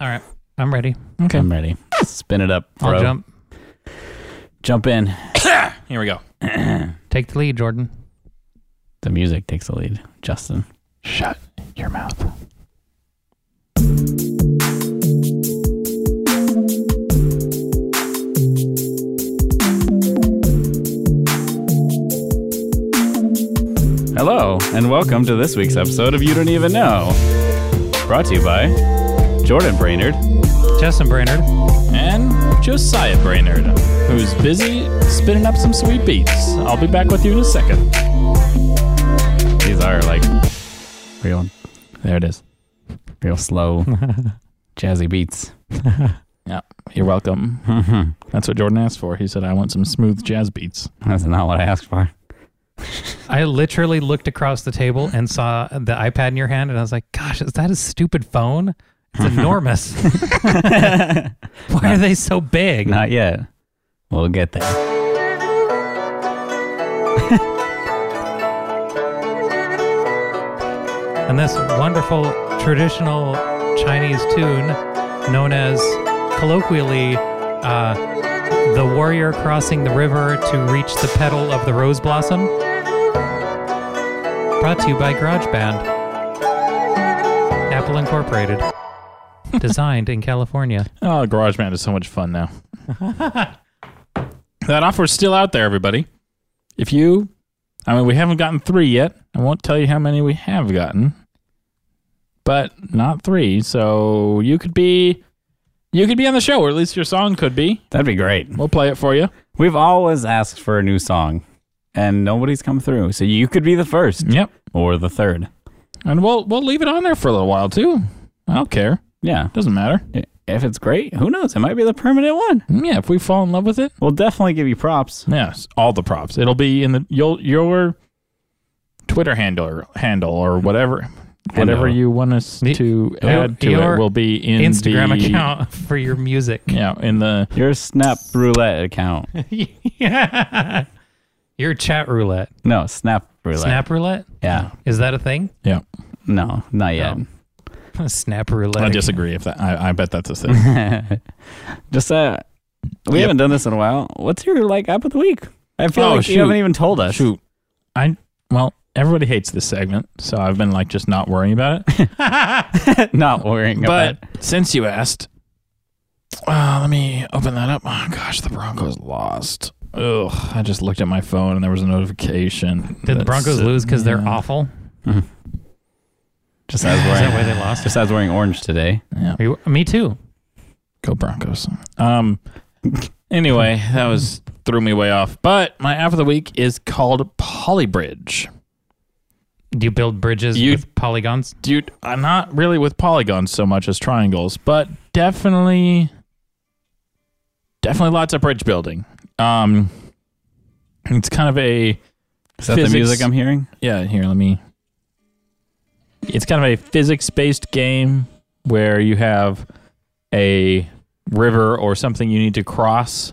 All right. I'm ready. Okay. I'm ready. Spin it up, bro. I'll jump. Jump in. Here we go. Take the lead, Jordan. The music takes the lead. Justin. Shut your mouth. Hello, and welcome to this week's episode of You Don't Even Know. Brought to you by Jordan Brainerd Justin Brainerd. and Josiah Brainerd, who's busy spinning up some sweet beats. I'll be back with you in a second. These are like real, there it is, real slow, jazzy beats. Yeah. You're welcome. That's what Jordan asked for. He said, I want some smooth jazz beats. That's not what I asked for. I literally looked across the table and saw the iPad in your hand, and I was like, "Gosh, is that a stupid phone? It's enormous. Why are they so big?" Not yet. We'll get there. And this wonderful traditional Chinese tune, known as colloquially uh, "the warrior crossing the river to reach the petal of the rose blossom," brought to you by GarageBand, Apple Incorporated, designed in California. Oh, GarageBand is so much fun now. that offer's still out there, everybody. If you, I mean, we haven't gotten three yet. I won't tell you how many we have gotten, but not three. So you could be, you could be on the show, or at least your song could be. That'd be great. We'll play it for you. We've always asked for a new song, and nobody's come through. So you could be the first Yep. or the third. And we'll we'll leave it on there for a little while too. I don't care. Yeah. Doesn't matter. Mm, If it's great, who knows? It might be the permanent one. Yeah, if we fall in love with it, We'll definitely give you props. yes, all the props. It'll be in the your your Twitter handle or handle or whatever whatever you want us The- to your- add to your it will be in Instagram the, account for your music. Yeah, in the Your Snap Roulette account. Your chat roulette. No, Snap Roulette. Snap roulette? Yeah. Is that a thing? yeah. No, not yet. Snap roulette. I disagree if that. I, I bet that's a thing. Just uh, we Yep. haven't done this in a while. What's your like app of the week? I feel Oh, like you shoot. haven't even told us. Shoot, I well everybody hates this segment, so I've been like just not worrying about it. Not worrying but about. since you asked, uh, let me open that up. Oh gosh, the Broncos lost. Ugh, I just looked at my phone and there was a notification. Did the that Broncos said- lose because they're awful? Mm-hmm. Just as Is that why wearing, they lost? just as wearing orange today. Yeah, You- Me too. go Broncos. Um. Anyway, that was threw me way off. But my app of the week is called Polybridge. Do you build bridges You- with polygons? dude, I'm not really with polygons so much as triangles, but definitely, definitely lots of bridge building. Um, it's kind of a Is that Physics. the music I'm hearing? yeah. Here, let me. It's kind of a physics-based game where you have a river or something you need to cross,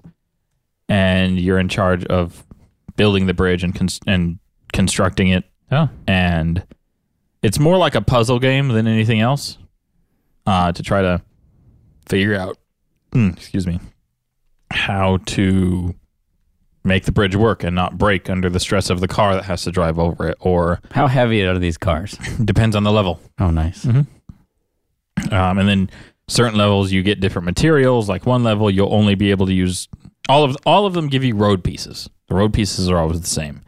and you're in charge of building the bridge and cons- and constructing it Oh, and it's more like a puzzle game than anything else uh, to try to figure out mm, excuse me how to make the bridge work and not break under the stress of the car that has to drive over it or How heavy are these cars? depends on the level Oh, nice. um, and then certain levels you get different materials like one level you'll only be able to use all of all of them give you road pieces the road pieces are always the same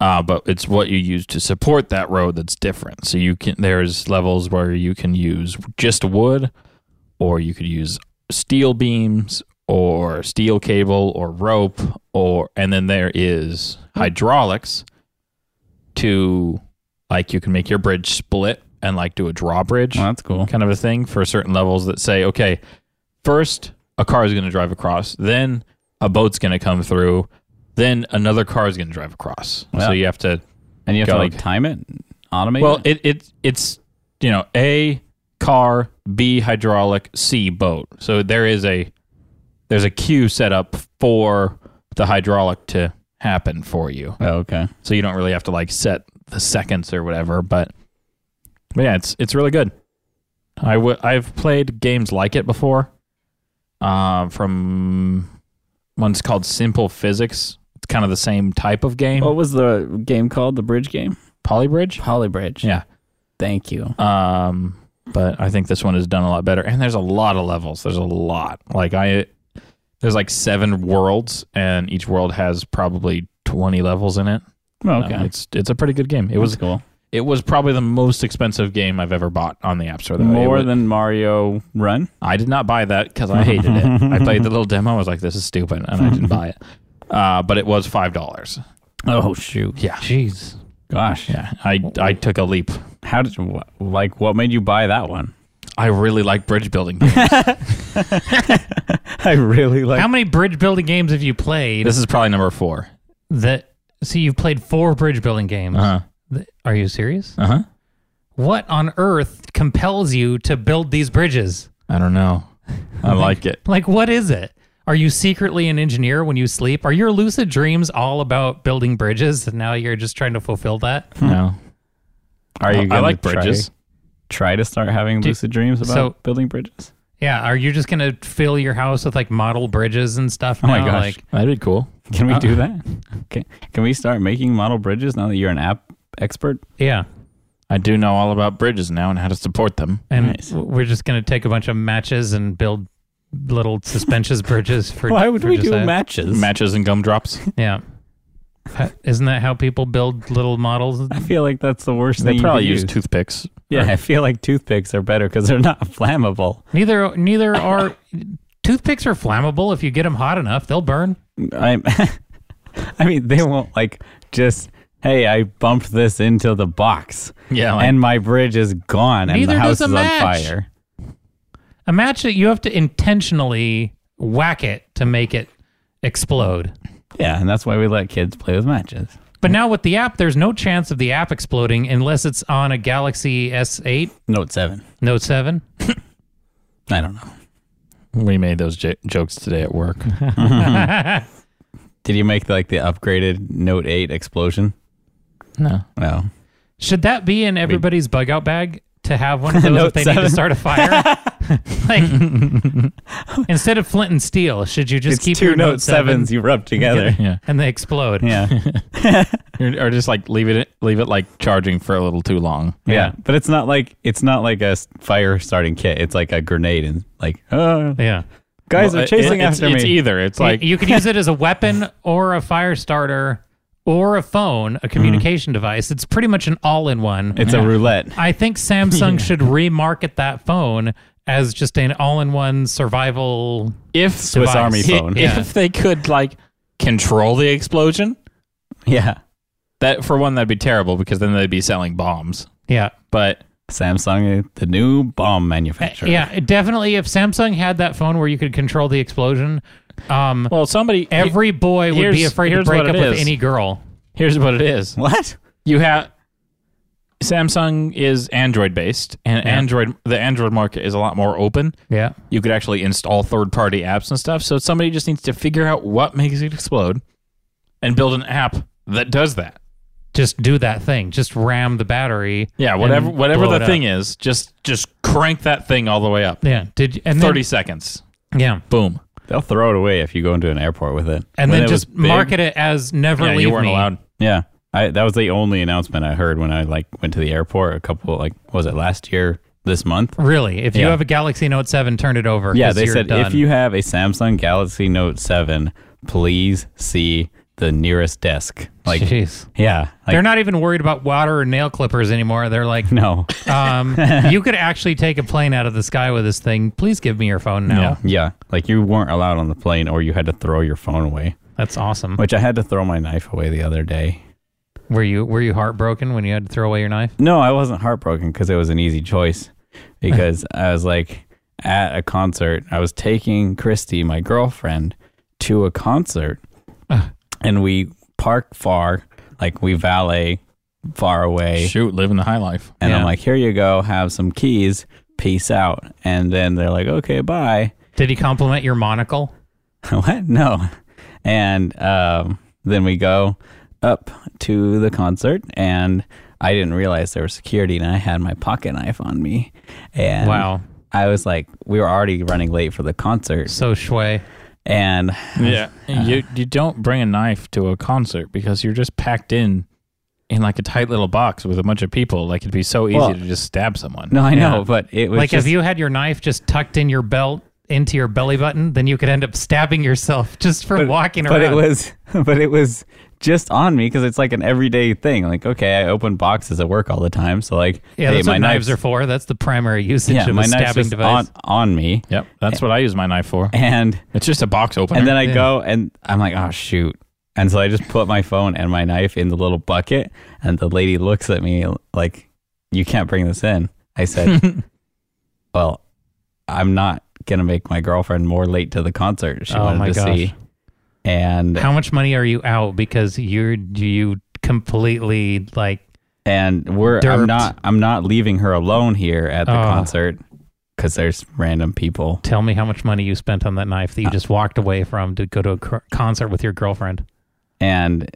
uh, but it's what you use to support that road that's different. So you can there's levels where you can use just wood, or you could use steel beams, or steel cable, or rope, or and then there is hydraulics to like you can make your bridge split and like do a drawbridge Well, that's cool. kind of a thing for certain levels that say, okay, first a car is going to drive across, then a boat's going to come through, then another car is going to drive across. Yeah. So you have to. And you have to Go. like time it, automate. Well, it? it, it it's you know a car, b hydraulic, c boat. So there is a there's a queue set up for the hydraulic to happen for you. Oh, okay. So you don't really have to like set the seconds or whatever. But, but yeah, it's it's really good. I w- I've played games like it before. Uh, from one's called Simple Physics. It's kind of the same type of game. What was the game called? The bridge game? Polybridge. Polybridge. Yeah. Thank you. Um, but I think this one is done a lot better. And there's a lot of levels. There's a lot. Like I, there's like seven worlds, and each world has probably 20 levels in it. Oh, Okay. Uh, it's it's a pretty good game. It was Um, cool. it was probably the most expensive game I've ever bought on the App Store. Though. It More was- than Mario Run. I did not buy that because I hated it. I played the little demo. I was like, this is stupid, and I didn't buy it. Uh, but it was five dollars. Oh shoot. Yeah, Jeez. Gosh. yeah. I I took a leap. How did wha- like what made you buy that one? I really like bridge building. I really like How many bridge building games have you played this is probably number four. that see you've played four bridge building games? Uh Uh-huh. huh. Th- Are you serious? Uh huh. What on earth compels you to build these bridges? I don't know. I like it. Like what is it? Are you secretly an engineer when you sleep? Are your lucid dreams all about building bridges and now you're just trying to fulfill that? No, Are you I gonna like try- bridges. Try to start having lucid dreams about so- building bridges. Yeah, are you just going to fill your house with like model bridges and stuff? Oh my now? gosh. Like, That'd be cool. Can we do that? Can, can we start making model bridges now that you're an app expert? yeah. I do know all about bridges now and how to support them. And Nice. w- we're just going to take a bunch of matches and build little suspensions bridges for Why would for we just do that. matches? Matches and gumdrops. Yeah. Ha- Isn't that how people build little models? I feel like that's the worst thing. They you probably could use use. toothpicks. Yeah, I feel like toothpicks are better because they're not flammable. Neither neither are toothpicks are flammable. If you get them hot enough, they'll burn. I, I mean, they won't like just. Hey, I bumped this into the box, Yeah, and my bridge is gone, and Neither the house does a is match. on fire. A match that you have to intentionally whack it to make it explode. Yeah, and that's why we let kids play with matches. But now with the app, there's no chance of the app exploding unless it's on a Galaxy S8, Note seven. Note 7. I don't know. we made those j- jokes today at work. Did you make like the upgraded Note eight explosion? no, No. Should that be in everybody's bug out bag to have one of those Note if they need to seven. start a fire? like instead of flint and steel, should you just It's keep two your Note sevens seven you rub together. yeah, and they explode? yeah. or, or just like leave it, leave it like charging for a little too long. Yeah, but it's not like it's not like a fire starting kit. It's like a grenade and like, oh, Yeah. guys Well, are chasing it- it's- after It's me. either. It's like you could use it as a weapon or a fire starter or a phone, a communication device. It's pretty much an all in one. Mm-hmm. It's a roulette. I think Samsung should remarket that phone as just an all in one survival. if Swiss device. Army i- phone. Yeah. if they could like control the explosion, Yeah, that for one that'd be terrible because then they'd be selling bombs. Yeah. But Samsung, the new bomb manufacturer. Yeah. Definitely if Samsung had that phone where you could control the explosion, um, well, somebody every boy would be here's- afraid to here's break what up it with is. any girl. here's what it is. What? you have Samsung is Android based, and Android the Android market is a lot more open. Yeah. You could actually install third party apps and stuff. So somebody just needs to figure out what makes it explode, and build an app that does that. Just do that thing. Just ram the battery. Yeah, whatever and whatever blow the it up. thing is, just just crank that thing all the way up. Yeah. Did and then- Thirty seconds, Yeah. boom. They'll throw it away if you go into an airport with it. and When then it was just big- market it as never Yeah, leave you weren't me. allowed. Yeah, I, that was the only announcement I heard when I like went to the airport. A couple like was it last year? This month? Really, if you Yeah. have a Galaxy Note Seven, turn it over. Yeah, 'cause they you're said done. if you have a Samsung Galaxy Note seven, please see the nearest desk. Like, Jeez. yeah, like, They're not even worried about water or nail clippers anymore. They're like, no. um, you could actually take a plane out of the sky with this thing. Please give me your phone now. Yeah, like you weren't allowed on the plane, or you had to throw your phone away. That's awesome. Which I had to throw my knife away the other day. Were you were you heartbroken when you had to throw away your knife? No, I wasn't heartbroken because it was an easy choice. Because I was like at a concert, I was taking Christy, my girlfriend, to a concert, and we park far, like we valet far away. Shoot, living the high life. And Yeah. I'm like, here you go, have some keys, peace out. And then they're like, okay, bye. Did he compliment your monocle? what? No. And um, then we go up to the concert, and I didn't realize there was security, and I had my pocket knife on me. And Wow. I was like, we were already running late for the concert, So shui. and Yeah, you you don't bring a knife to a concert because you're just packed in in like a tight little box with a bunch of people. Like it'd be so easy Well, to just stab someone. no, I know, but it was Like just, if you had your knife just tucked in your belt into your belly button, then you could end up stabbing yourself just from walking but around. it was but it was just on me because it's like an everyday thing like okay i open boxes at work all the time so like yeah, hey, that's my what knives are knife's- for. That's the primary usage yeah of my a knife's stabbing just device. on, on me Yep, that's what I use my knife for. and It's just a box opener. and then i go and i'm like oh shoot and so i just put my phone and my knife in the little bucket and the lady looks at me like you can't bring this in i said well i'm not gonna make my girlfriend more late to the concert she Oh wanted my to gosh. see and How much money are you out because you're you completely like and we're Derped. I'm not I'm not leaving her alone here at the Oh. concert because there's random people. tell me how much money you spent on that knife Uh, that you just walked away from to go to a cr- concert with your girlfriend. And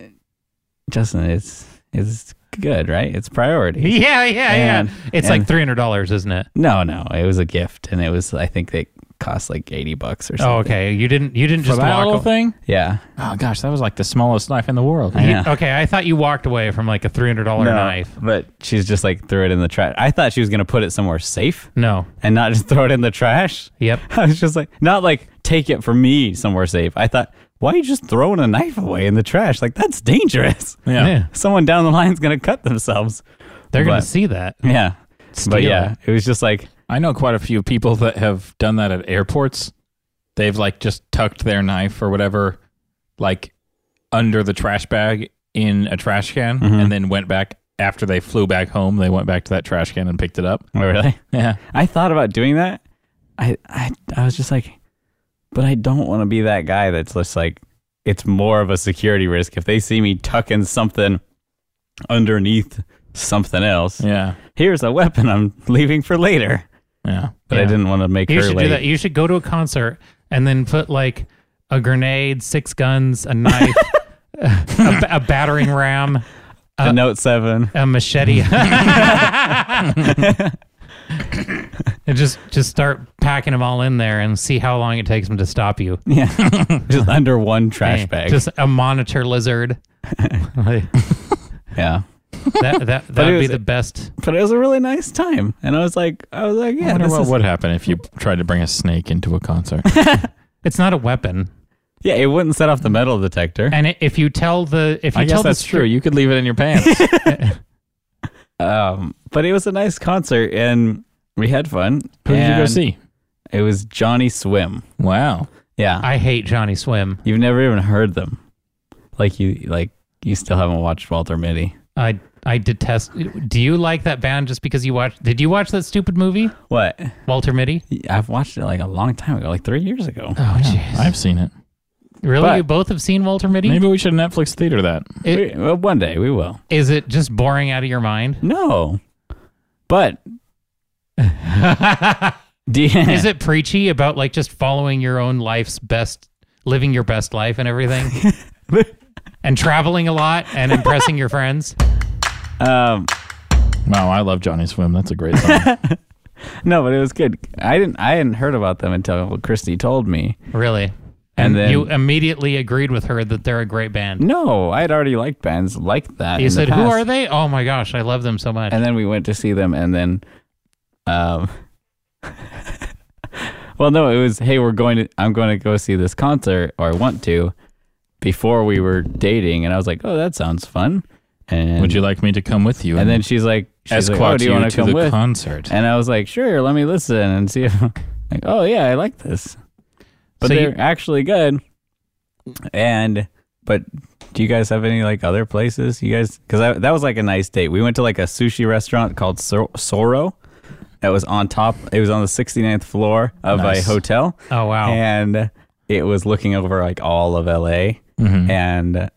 Justin, it's it's good, right? It's priority. Yeah, yeah, And- yeah. It's and- like three hundred dollars, isn't it? No, no, it was a gift, and it was I think it cost like eighty bucks or something. Oh, okay. You didn't. You didn't for just that walk. little a- thing. Yeah, Oh gosh, that was like the smallest knife in the world. I You- know. okay, I thought you walked away from like a three hundred dollar No, knife. But she's just like threw it in the trash. I thought she was gonna put it somewhere safe No. and not just throw it in the trash. Yep. I was just like, not like take it from me somewhere safe. I thought, why are you just throwing a knife away in the trash? Like that's dangerous. Yeah. Yeah. someone down the line's gonna cut themselves. They're gonna But- see that. Yeah. Hmm. Steal But yeah, it. it was just like I know quite a few people that have done that at airports. They've like just tucked their knife or whatever, like under the trash bag in a trash can, Mm-hmm. and then went back after they flew back home. They went back to that trash can and picked it up. oh, really. Yeah, I thought about doing that. I I I was just like, but I don't want to be that guy that's just like it's more of a security risk if they see me tucking something underneath something else. yeah, Here's a weapon I'm leaving for later. yeah. But I Yeah. didn't want to make You her should late. do that. You should go to a concert and then put like a grenade, six guns, a knife, a, ba- a battering ram, Uh, The note seven. a machete. and just just start packing them all in there and see how long it takes them to stop you. Yeah. just under one trash Hey, bag. Just a monitor lizard. that yeah. that that it would be was- the best. But it was a really nice time. And I was like I was like, I yeah, wonder this what is, would happen if you tried to bring a snake into a concert. It's not a weapon, yeah, it wouldn't set off the metal detector. and i- if you tell the if you I tell guess that's the true. You could leave it in your pants. Um, but it was a nice concert and we had fun. Who did you go And see? It was Johnny Swim. Wow. Yeah. I hate Johnny Swim. You've never even heard them. Like you like you still haven't watched Walter Mitty. I I detest. Do you like that band just because you watched? Did you watch that stupid movie, What? Walter Mitty? I've watched it like a long time ago, like three years ago. Oh jeez, I've seen it. really? but- you both have seen Walter Mitty? Maybe we should Netflix theater that. It- We- well, one day we will. is it just boring out of your mind? No. But do you, Is it preachy about like just following your own life's best, living your best life and everything, and traveling a lot and impressing your friends? um Wow, I love Johnny Swim. That's a great song. no, but it was good. I didn't I hadn't heard about them until Christy told me. Really? And, And then- you immediately agreed with her that they're a great band. No, I had already liked bands like that. You in the said, "Who past." are they?" Oh my gosh, I love them so much. and then we went to see them and then um well no it was hey we're going to i'm going to go see this concert or i want to before we were dating and i was like oh that sounds fun and Would you like me to come with you? and then she's like she's like, escort oh, do you you want to come the with concert. and i was like sure let me listen and see if like oh yeah i like this but So you- they're actually good and but do you guys have any like other places you guys because that was like a nice date we went to like a sushi restaurant called Sor- soro that was on top it was on the 69th floor of Nice. a hotel oh wow. and it was looking over like all of la Mm-hmm. and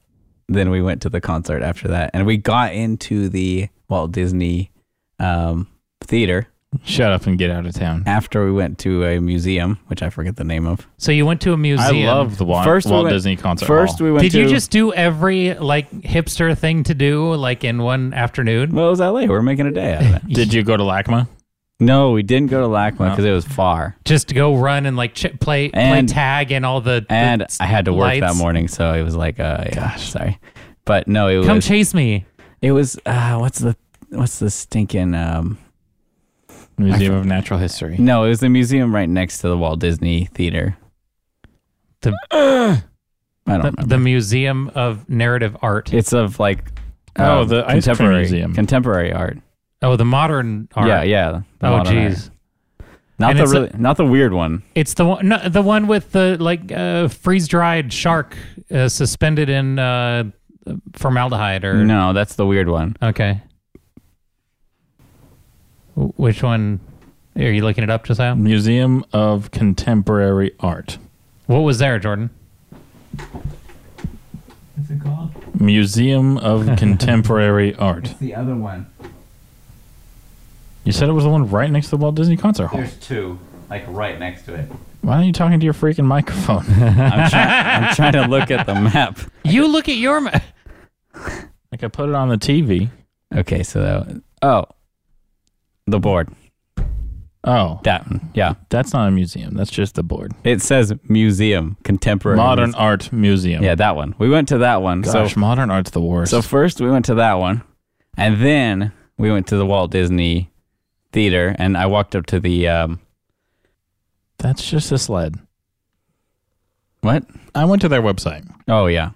then we went to the concert after that and we got into the walt disney um, theater Shut up and get out of town. After we went to a museum, which I forget the name of. So you went to a I museum. love the Walt, First we Walt went- Disney concert. First, hall. we went Did to. you just do every like hipster thing to do like in one afternoon? Well, it was LA. We We're making a day out of it. did you go to LACMA? no, we didn't go to LACMA because it was far. Just to go run and like ch- play And- play tag and all the the And s- I had to work that lights. morning, so it was like, uh, yeah, sorry. But no, it Come was. chase me. it was. Uh, what's the. What's the stinking. Um, Museum of Natural History. no, it was the museum right next to the Walt Disney Theater. The- I don't The, remember. the Museum of Narrative Art. It's of like Oh, um, the ice cream museum. contemporary art. Oh, the modern art. Yeah, yeah. the Oh, modern art. jeez. Not And the it's a- really, not the weird one. It's the one, no, the one with the like uh, freeze dried shark uh, suspended in uh, formaldehyde or No, that's the weird one. okay. Wh- Which one are you looking it up, Josiah? Museum of Contemporary Art. What was there, Jordan? Museum of Contemporary Art. The other one. You said it was the one right next to the Walt Disney Concert Hall. two, like right next to it. Why aren't you talking to your freaking microphone? I'm, try- I'm trying to look at the map. You look at your. Ma- like I put it on the TV. Okay, so that, oh, the board. Oh, That one. Yeah, that's not a museum. That's just the board. it says museum contemporary Modern muse- Art Museum. Yeah, that one. We went to that one. Gosh, so modern art's the worst. so first we went to that one, and then we went to the Walt Disney Theater, and I walked up to the um, that's just a sled. what? I went to their website, Oh yeah,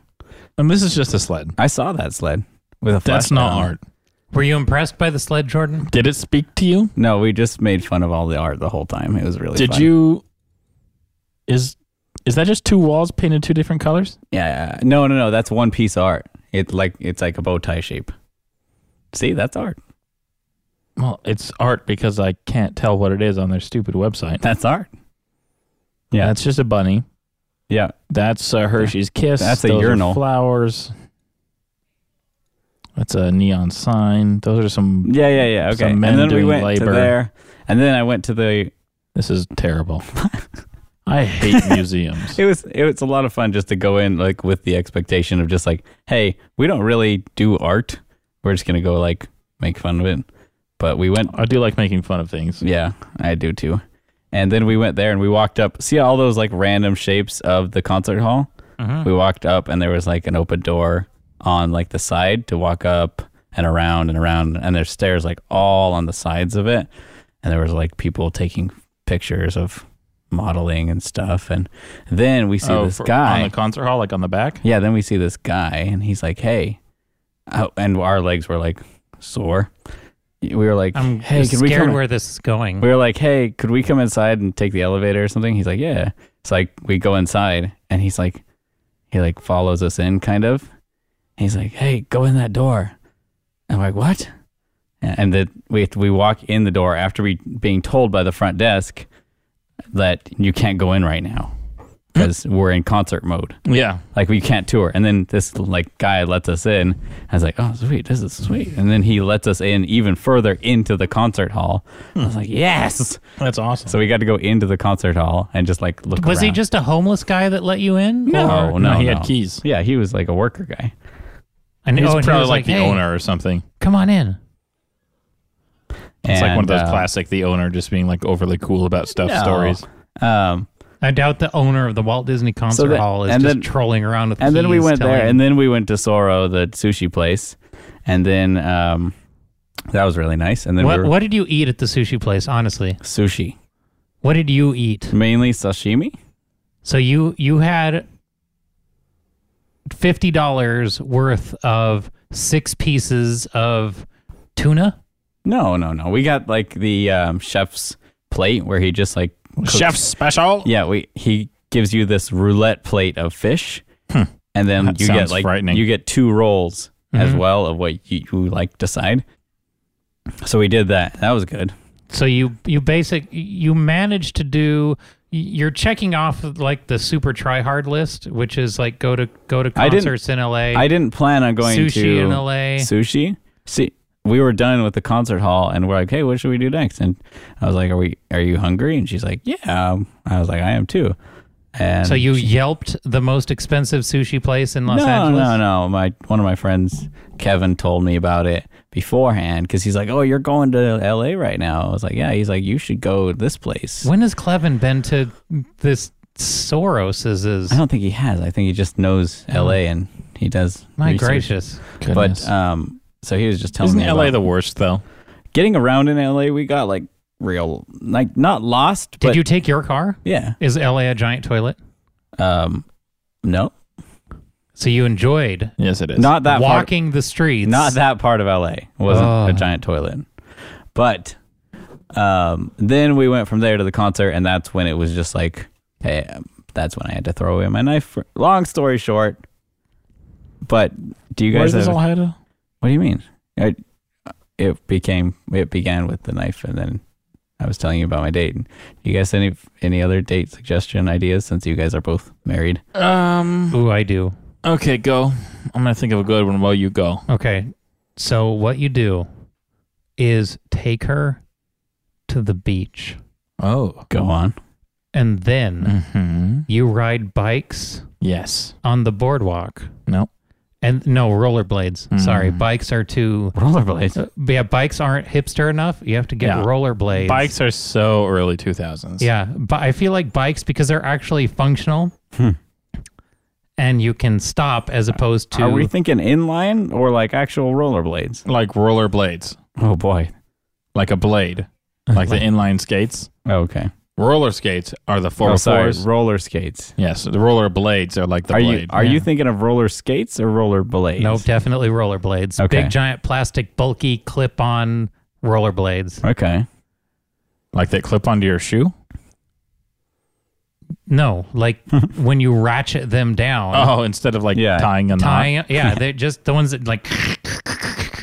and this is just a sled. I saw that sled with a. That's flashlight not on it. art. Were you impressed by the sled, Jordan? Did it speak to you? No, we just made fun of all the art the whole time. It was really. Did fun. you? Is is that just two walls painted two different colors? Yeah, yeah. No, no, no. That's one piece of art. It's like it's like a bow tie shape. See, that's art. Well, it's art because I can't tell what it is on their stupid website. That's art. Yeah. That's just a bunny. Yeah. That's uh, Hershey's Kiss. That's a Those are urinal. flowers. That's a neon sign. Those are some. Yeah, yeah, yeah. Okay. Some men and then we doing went labor. to there, and then I went to the. This is terrible. I hate museums. It was it was a lot of fun just to go in like with the expectation of just like, hey, we don't really do art. We're just gonna go like make fun of it. But we went. I do like making fun of things. Yeah, I do too. And then we went there and we walked up. See all those like random shapes of the concert hall? We walked up and there was like an open door on like the side to walk up and around and around. And there's stairs like all on the sides of it. And there was like people taking pictures of modeling and stuff. And then we see Oh, this for- guy. on the concert hall, like on the back. Yeah, then we see this guy, and he's like, "Hey," oh, and our legs were like sore. We were like, I'm "Hey, can scared we come?" where this is going. we were like, "Hey, could we come inside and take the elevator or something?" He's like, "Yeah." It's like we go inside, and he's like, he like follows us in, kind of. He's like, "Hey, go in that door." I'm like, "What?" And that we we walk in the door after we being told by the front desk that you can't go in right now because we're in concert mode Yeah. like we can't tour and then this like guy lets us in i was like oh sweet this is sweet and then he lets us in even further into the concert hall i was like yes That's awesome. so we got to go into the concert hall and just like look was he around. just a homeless guy that let you in? no Or- no, Oh, No, he had no. keys. yeah he was like a worker guy And, He's oh, and he probably was like, the "Hey, owner or something. Come on in. It's like one And, of those uh, classic the owner just being like overly cool about stuff no. stories. um I doubt the owner of the Walt Disney Concert that- Hall is and just then- trolling around with. and then we keys went telling- there and then we went to soro the sushi place and then um that was really nice and then what we were what did you eat at the sushi place? Honestly, sushi what did you eat? mainly sashimi So you you had fifty dollars worth of six pieces of tuna. no no no we got like the um chef's plate where he just like cooks Chef special. Yeah, we he gives you this roulette plate of fish, and then Hmm. That you get sounds like frightening. Mm-hmm. you get two rolls as well of what you, you like decide. So we did that. That was good. So you you basic you managed to do. You're checking off like the super try hard list, which is like go to go to I didn't- concerts in LA. I didn't plan on going Sushi to in LA. Sushi. See, we were done with the concert hall and we're like, hey, what should we do next? And I was like, are we, are you hungry? And she's like, yeah. I was like, I am too. And So you yelped the most expensive sushi place in Los no, Angeles? No, no, My one of my friends, Kevin, told me about it beforehand because he's like, "Oh, you're going to L.A. right now." I was like, "Yeah." He's like, "You should go to this place." When has Clevin been to this Soros's? Is I don't think he has. I think he just knows L.A. and he does. Oh. my research. gracious. But um, so he was just telling Isn't me LA about the worst though? getting around in L.A. We got like real, like not lost. Did but, you take your car? Yeah. Is LA a giant toilet? Um, no, So you enjoyed Yes, it is. not that far- walking the streets. Not that part of LA wasn't Oh. a giant toilet. But um, then we went from there to the concert, and that's when it was just like, hey, um, that's when I had to throw away my knife. For, long story short, but do you Where's guys? this have- all headed? what do you mean? I, it became it began with the knife, and then I was telling you about my date. Do you guys any any other date suggestion ideas since you guys are both married? Um. Ooh, I do. Okay, go. I'm gonna think of a good one while you go. Okay. So what you do is take her to the beach Oh. Go on. and Mm-hmm. then Hmm. you ride bikes Yes. on the boardwalk. No. And no, rollerblades. Mm-hmm. Sorry. Mm. Bikes are too Rollerblades. Uh, yeah, bikes aren't hipster enough. You have to get Yeah. rollerblades. Bikes are so early 2000s. Yeah, but I feel like bikes because they're actually functional, Hmm. Uh, and you can stop as opposed to Are we thinking inline or like actual rollerblades? Like roller blades, Oh boy. like a blade, like the inline skates. Oh, Okay. Roller skates are the four Oh, by sorry. fours. Roller skates. Yes, the roller blades are like the are blade. you are yeah. you thinking of roller skates or roller blades? no, definitely rollerblades. Okay. Big giant plastic bulky clip-on rollerblades. Okay. like they clip onto your shoe? No, like when you ratchet them down, Oh, instead of like Yeah. tying a knot. tying. Yeah, they're just the ones that like.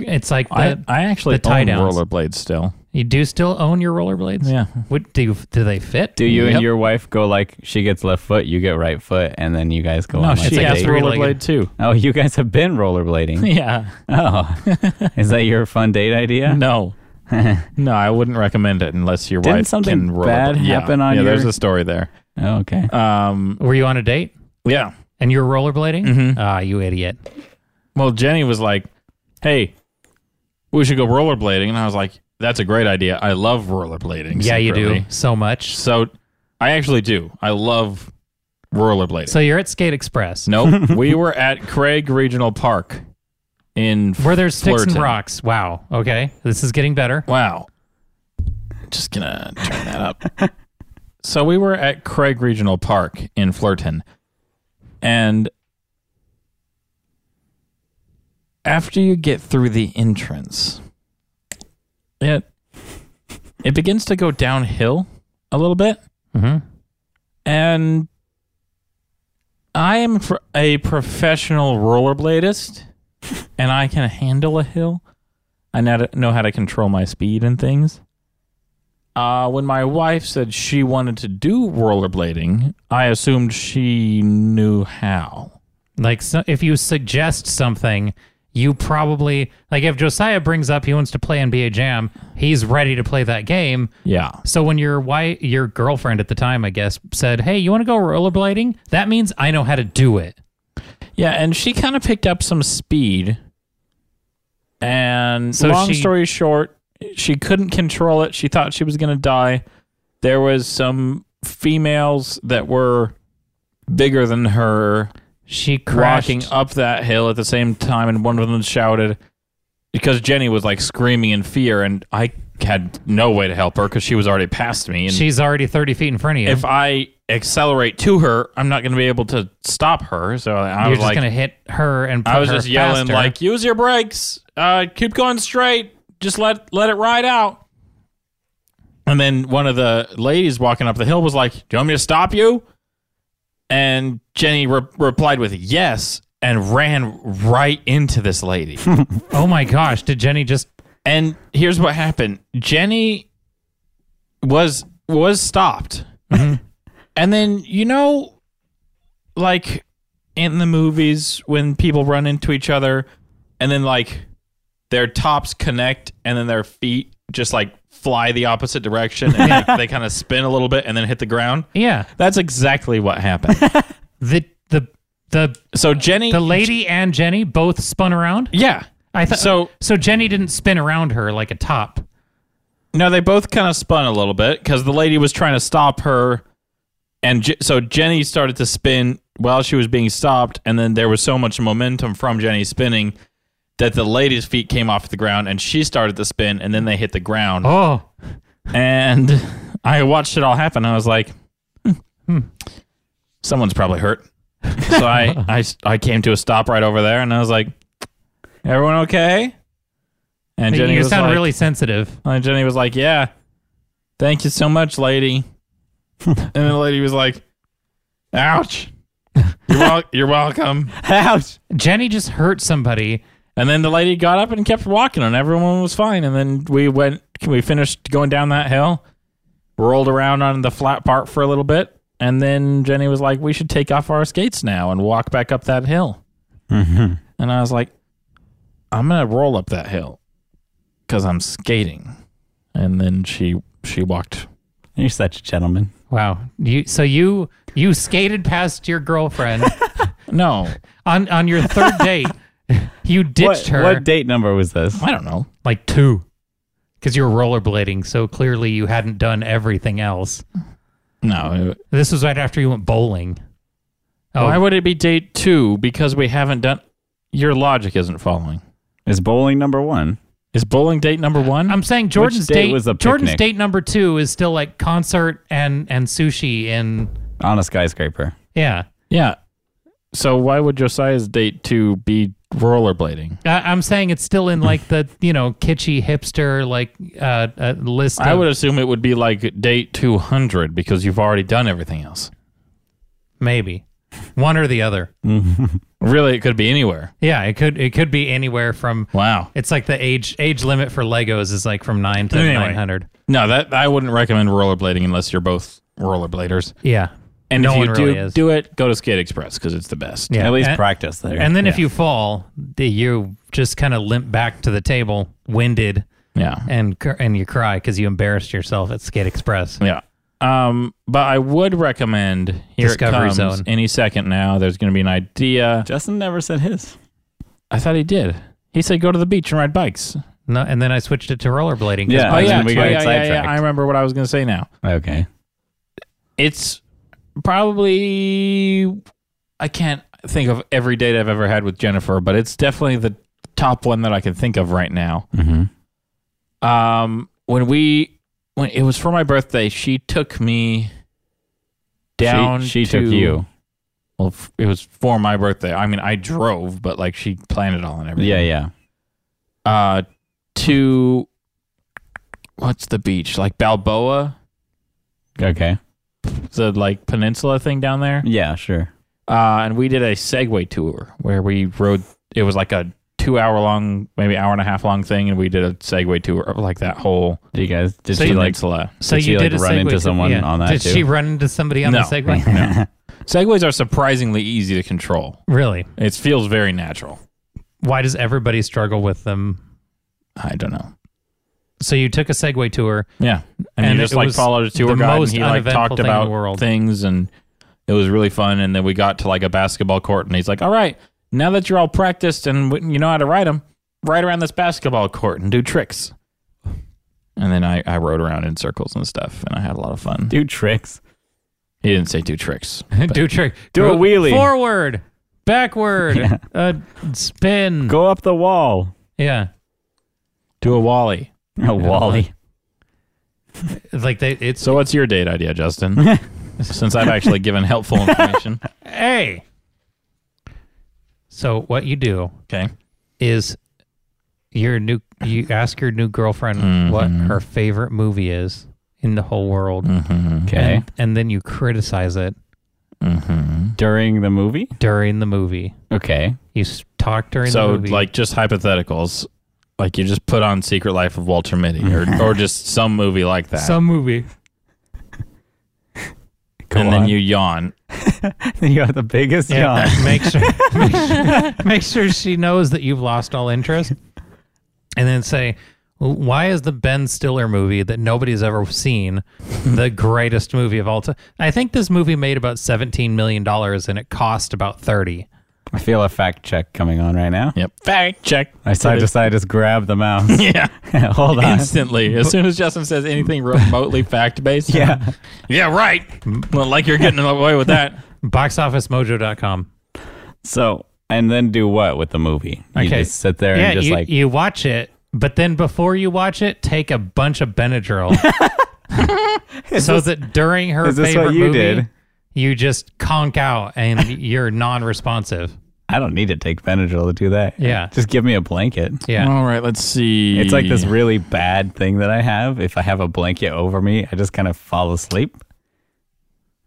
It's like I, the- I actually the tie own downs. roller blades still. you do still own your rollerblades. Yeah. What do you, do they fit? Do you Yep. and your wife go like she gets left foot, you get right foot, and then you guys go No, on like she a like a has date? three-legged- roller blade too. Oh, you guys have been rollerblading. Yeah. oh. Is that your fun date idea? No. no, I wouldn't recommend it unless your Didn't wife something can roller bad blade. Yeah. happen on Yeah, there's your- a story there. Oh, okay. Um, Were you on a date? yeah. And you're rollerblading? Mm-hmm. Ah, you idiot. Well, Jenny was like, "Hey, we should go rollerblading," and I was like, "That's a great idea. I love rollerblading." Yeah, you do secretly." so much. So, I actually do. I love rollerblading. So you're at Skate Express, nope, we were at Craig Regional Park in where there's sticks and Flirton. rocks. Wow. Okay, this is getting better. Wow. Just gonna turn that up. so we were at Craig Regional Park in Flirton, and after you get through the entrance, it it begins to go downhill a little bit, Mhm. and I am fr- a professional rollerbladist, and I can handle a hill. I know to- know how to control my speed and things. Uh, when my wife said she wanted to do rollerblading, I assumed she knew how. Like, so if you suggest something, you probably like if Josiah brings up he wants to play NBA Jam, he's ready to play that game. Yeah. So when your wife, your girlfriend at the time, I guess, said, "Hey, you want to go rollerblading?" That means I know how to do it. Yeah, and she kind of picked up some speed. And So long she- story short, she couldn't control it. She thought she was going to die. There was some females that were bigger than her She crashed. crashing up that hill at the same time and one of them shouted because Jenny was like screaming in fear and I had no way to help her cuz she was already past me and She's already thirty feet in front of you. if I accelerate to her, I'm not going to be able to stop her. So I You're was just like gonna hit her and put I was her just yelling faster. like, "Use your brakes! Uh, keep going straight. Just let let it ride out." And then one of the ladies walking up the hill was like, "Do you want me to stop you?" And Jenny re- replied with yes and ran right into this lady. "Oh my gosh!" Did Jenny just? and here's what happened: Jenny was was stopped, and then you know, like in the movies when people run into each other, and then like their tops connect and then their feet just like fly the opposite direction and like, they kind of spin a little bit and then hit the ground. Yeah. That's exactly what happened. The the the So Jenny, the lady and Jenny both spun around. yeah. I thought so. So So Jenny didn't spin around her like a top. no, they both kind of spun a little bit because the lady was trying to stop her, and Je- so Jenny started to spin while she was being stopped, and then there was so much momentum from Jenny spinning that the lady's feet came off the ground, and she started to spin, and then they hit the ground. Oh, and I watched it all happen. I was like, "Hmm, someone's probably hurt. So I, I, I came to a stop right over there and I was like, everyone okay? And Jenny you was sound like, really sensitive. and Jenny was like, yeah, thank you so much, lady. and the lady was like, ouch. You're, wel- you're welcome. Ouch. Jenny just hurt somebody. And then the lady got up and kept walking, and everyone was fine. And then we went, we finished going down that hill, rolled around on the flat part for a little bit. And then Jenny was like, we should take off our skates now and walk back up that hill. And I was like, I'm going to roll up that hill because I'm skating. And then she, she walked. You're such a gentleman. Wow. You so you you skated past your girlfriend No, on on your third date. You ditched What, her what date number was this? I don't know. like two because you were rollerblading. So clearly you hadn't done everything else. No. This was right after you went bowling. Oh, Why would it be date two? Because we haven't done, your logic isn't following. Is bowling number one? Is bowling date number one? I'm saying Jordan's date date, was the Jordan's picnic? date number two is still like concert and and sushi in On a skyscraper. yeah. Yeah. So why would Josiah's date two be rollerblading? I, I'm saying it's still in like the you know kitschy hipster like uh, uh list. I of- would assume it would be like date 200 because you've already done everything else. maybe one or the other. Really, it could be anywhere. Yeah, it could it could be anywhere from. Wow. It's like the age age limit for Legos is like from nine to Anyway. nine hundred. No, that I wouldn't recommend rollerblading unless you're both rollerbladers. Yeah, And No if you one do really is. do it, go to Skate Express because it's the best. yeah. At least and, practice there. and then if you fall, the- you just kind of limp back to the table, winded, Yeah. and cr- and you cry because you embarrassed yourself at Skate Express. Yeah. Um, but I would recommend here Discovery it comes, Zone. any second now. There's going to be an idea. Justin never said his. I thought he did. He said go to the beach and ride bikes. No, and then I switched it to rollerblading. 'cause Yeah. Oh And yeah, then we oh, got yeah, yeah, yeah. sidetracked. I remember what I was going to say now. Okay. it's probably I can't think of every date I've ever had with Jennifer, but it's definitely the top one that I can think of right now. Mm-hmm. Um, when we when it was for my birthday, she took me down. She, she to, took you. Well, f- it was for my birthday. I mean, I drove, but like she planned it all and everything. Yeah, yeah. Uh, to what's the beach like Balboa, Okay. the like peninsula thing down there. Yeah, sure. uh, and we did a Segway tour where we rode. It was like a two-hour long, maybe hour and a half long thing, and we did a Segway tour of like that whole Do you guys did So she you like peninsula. So Did you she, like, did a run Segway into to- someone yeah. on that Did too? she run into somebody on No. the Segway? Segways are surprisingly easy to control. Really? It feels very natural. Why does everybody struggle with them? I don't know. So you took a Segway tour. Yeah, and, And you just it like was followed a tour the guide, and most he like uneventful talked thing in the about world. things, and it was really fun. And then we got to like a basketball court, and he's like, "All right, now that you're all practiced and w- you know how to ride them, ride around this basketball court and do tricks." And then I, I rode around in circles and stuff, and I had a lot of fun. do tricks? He didn't say do tricks. do trick. Do a Go wheelie. Forward, backward, uh, spin. Go up the wall. Yeah. Do a wally. Oh, Wally. Like they, it's So what's your date idea, Justin? Since I've actually given helpful information. hey. So what you do Okay. is your new you ask your new girlfriend what Mm-hmm. her favorite movie is in the whole world, Okay. and, and then you criticize it During the movie? during the movie. Okay. You s- talk during So the movie. like just hypotheticals. Like you just put on Secret Life of Walter Mitty or, or just some movie like that. some movie. Go and then on. you yawn. Then you have the biggest Yeah, yawn. make sure make sure make sure she knows that you've lost all interest. and then say, why is the Ben Stiller movie that nobody's ever seen the greatest movie of all time? I think this movie made about $17 million and it cost about 30. I feel a fact check coming on right now. Yep. Fact check. I so I just I just grabbed the mouse. Yeah. Hold on. Instantly. As soon as Justin says anything remotely fact based. Yeah. Yeah, right. Well, like you're getting away with that. BoxOfficeMojo.com. So and then do what with the movie? You Okay. just sit there Yeah, and just you, like you watch it, but then before you watch it, take a bunch of Benadryl. so that during her is this favorite what you movie, did? you just conk out and you're non-responsive. I don't need to take Benadryl to do that. Yeah. Just give me a blanket. Yeah. All right, let's see. It's like this really bad thing that I have. If I have a blanket over me, I just kind of fall asleep.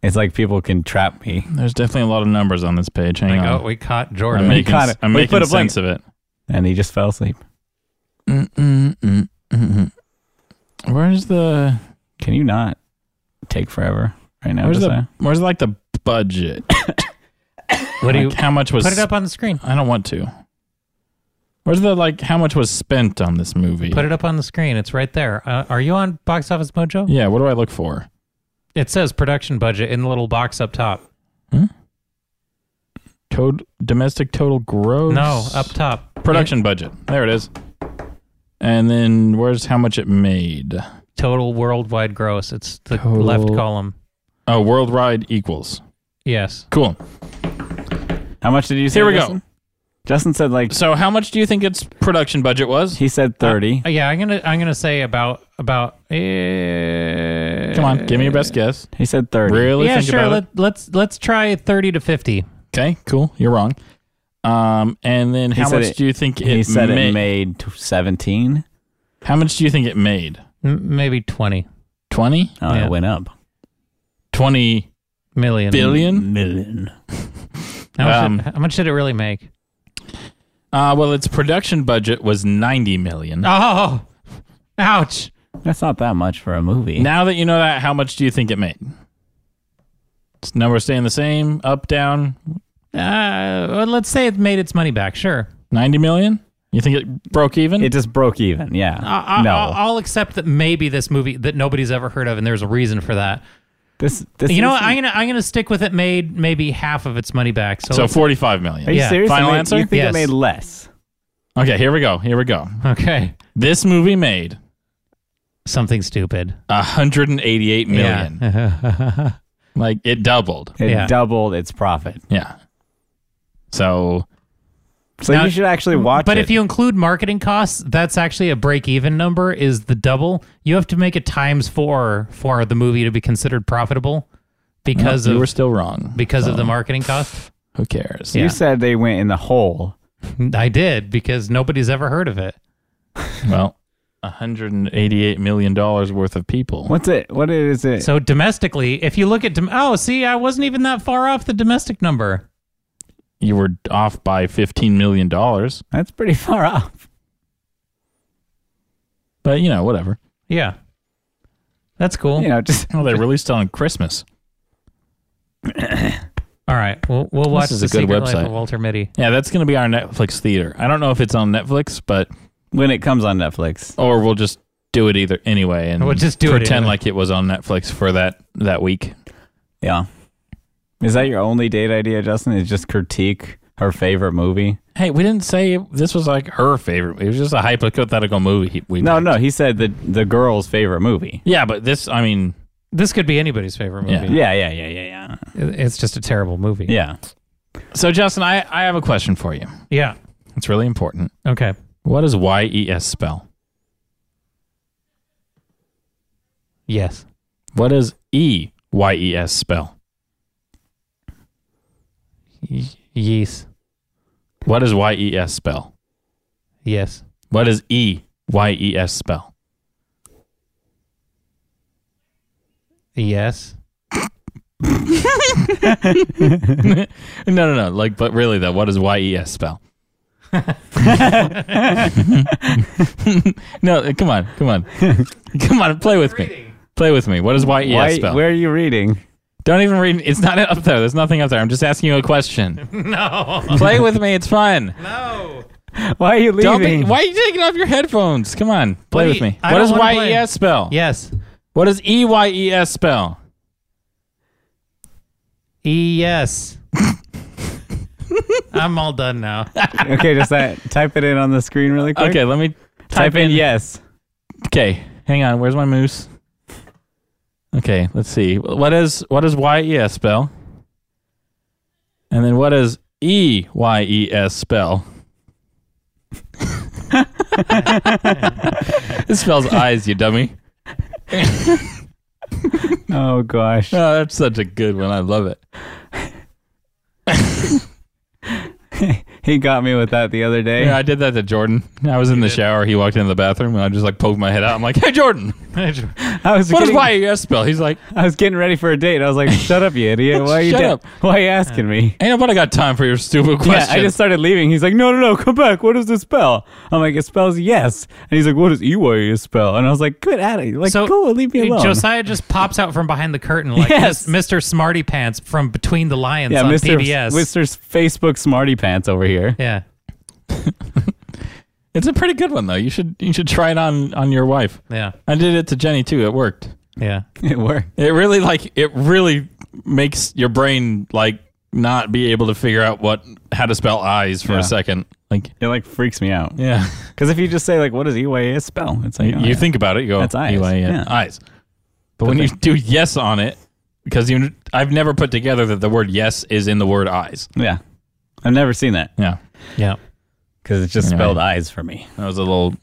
It's like people can trap me. There's definitely a lot of numbers on this page. Hang Like, on. oh, we caught Jordan. I'm making, caught it. I'm We making put a blank- sense of it. And he just fell asleep. Mm-mm-mm-mm-mm. Where's the Can you not take forever right now? where's Josiah? the where's like the budget? what do you Like, how much was put it up on the screen? I don't want to. Where's the like how much was spent on this movie? Put it up on the screen. It's right there. Uh, are you on Box Office Mojo? yeah, what do I look for? It says production budget in the little box up top. Total domestic total gross. No, up top. production budget. There it is. And then where's how much it made? It- total worldwide gross. It's the Total- left column. Oh, worldwide equals. Yes. Cool. How much did you say? Here we go. Justin? Justin said like So how much do you think its production budget was? he said thirty. Uh, yeah, I'm gonna I'm gonna say about about. eh, Come on, give me your best guess. he said thirty. Really yeah, think sure. about it. Let, let's let's try thirty to fifty. Okay, cool. You're wrong. Um, and then how said much it- do you think it, He said ma- it made t- seventeen. How much do you think it made? M- maybe twenty 20? Oh, Yeah. it went up. 20 million. billion? Million. How much, Um, did, how much did it really make? Uh, well, its production budget was 90 million. Oh, ouch! That's not that much for a movie. Now that you know that, how much do you think it made? It's number staying the same, up, down, Uh, well, let's say it made its money back. Sure, 90 million? You think it broke even? It just broke even. Yeah. I, I, no. I'll, I'll accept that maybe this movie that nobody's ever heard of, and there's a reason for that. this. This. You know, what? is- I'm gonna I'm gonna stick with it. Made maybe half of its money back. So, so 45 million. Are you yeah. serious? It Final made- answer? You think Yes. it made less? Okay, here we go. Here we go. okay, This movie made something stupid. 188 million. Yeah. Like it doubled. It Yeah. doubled its profit. Yeah. So So Now- you should actually watch but it. if you include marketing costs, that's actually a break even number. Is the double? You have to make it times four for the movie to be considered profitable because you of were still wrong. because of the marketing cost. Who cares? Yeah. you said they went in the hole. I did because nobody's ever heard of it. Well, 188 million dollars worth of people. What's it? What is it? So domestically, if you look at dom- oh, see, I wasn't even that far off the domestic number. You were off by 15 million dollars, That's pretty far off. but you know, whatever. Yeah, that's cool. You know, just Well, Oh, they released on Christmas. All right, we'll we'll watch is the a good Secret Life website. of Walter Mitty. Yeah, that's going to be our Netflix theater. I don't know if it's on Netflix, but when it comes on Netflix. or we'll just do it either anyway and We'll just do it pretend anyway. like it was on Netflix for that that week. Yeah. Is that your only date idea, Justin? Is just critique her favorite movie? Hey, we didn't say this was like her favorite. It was just a hypothetical movie. he- We No, no. He said the the girl's favorite movie. Yeah, but this, I mean, This could be anybody's favorite Yeah. movie. Yeah, yeah, yeah, yeah, yeah. It- It's just a terrible movie. Yeah. so Justin, I, I have a question for you. Yeah. It's really important. Okay. What does Y E S spell? Yes. What does E Y E S spell? Y- yes. What does Y E S spell? Yes. What does E Y E S spell? Yes. No, no, no. Like, but really though, what does Y E S spell? no, uh, come on, come on, come on. Play with me. Play with me. What does Y E S Why, spell? where are you reading? Don't even read. It's not up there. There's nothing up there. I'm just asking you a question. No. Play with me. It's fun. No. Why are you Don't be- leaving? why are you taking off your headphones? Come on, play do with you- me. I what don't does wanna play. YES spell? Yes. What does E EYES spell? E yes. I'm all done now. okay, just that, type it in on the screen really quick. Okay, let me type, in, yes. Okay, hang on. Where's my moose? Okay, let's see. What is what does YES spell? And then what E does EYES spell? it spells eyes, you dummy. Oh gosh. Oh, that's such a good one. I love it. he got me with that the other day. Yeah, I did that to Jordan. I was in the shower. He walked into the bathroom, and I just like poked my head out. I'm like, "Hey, Jordan, I was what does getting, YES spell?" He's like, I was getting ready for a date. I was like, "Shut up, you idiot! Why are you Shut da- up. Why are you asking me?" "Ain't nobody got time for your stupid Yeah, question." I just started leaving. He's like, "No, no, no, come back! What does this spell?" I'm like, "It spells yes." And he's like, "What does EYU spell?" And I was like, "Good at it! Like, So, uh, go, leave me alone." Josiah just pops out from behind the curtain like Yes. this Mr. Smarty Pants from Between the Lions yeah, on Mr. PBS. Mr. Facebook Smarty Pants over here. yeah. it's a pretty good one though. You should you should try it on on your wife. Yeah. I did it to Jenny too. It worked. Yeah. It worked. It really like it really makes your brain like not be able to figure out what how to spell eyes for Yeah. a second. Like It like freaks me out yeah, because if you just say like, "What does EYU spell?" It's like you, oh, you yeah. think about it, you go "E That's eyes. "Eli, yeah, Yeah. eyes. But when you do yes on it, because you I've never put together that the word yes is in the word eyes. Yeah, I've never seen that Yeah, Yeah. because it's just Anyway. spelled eyes for me. that was a little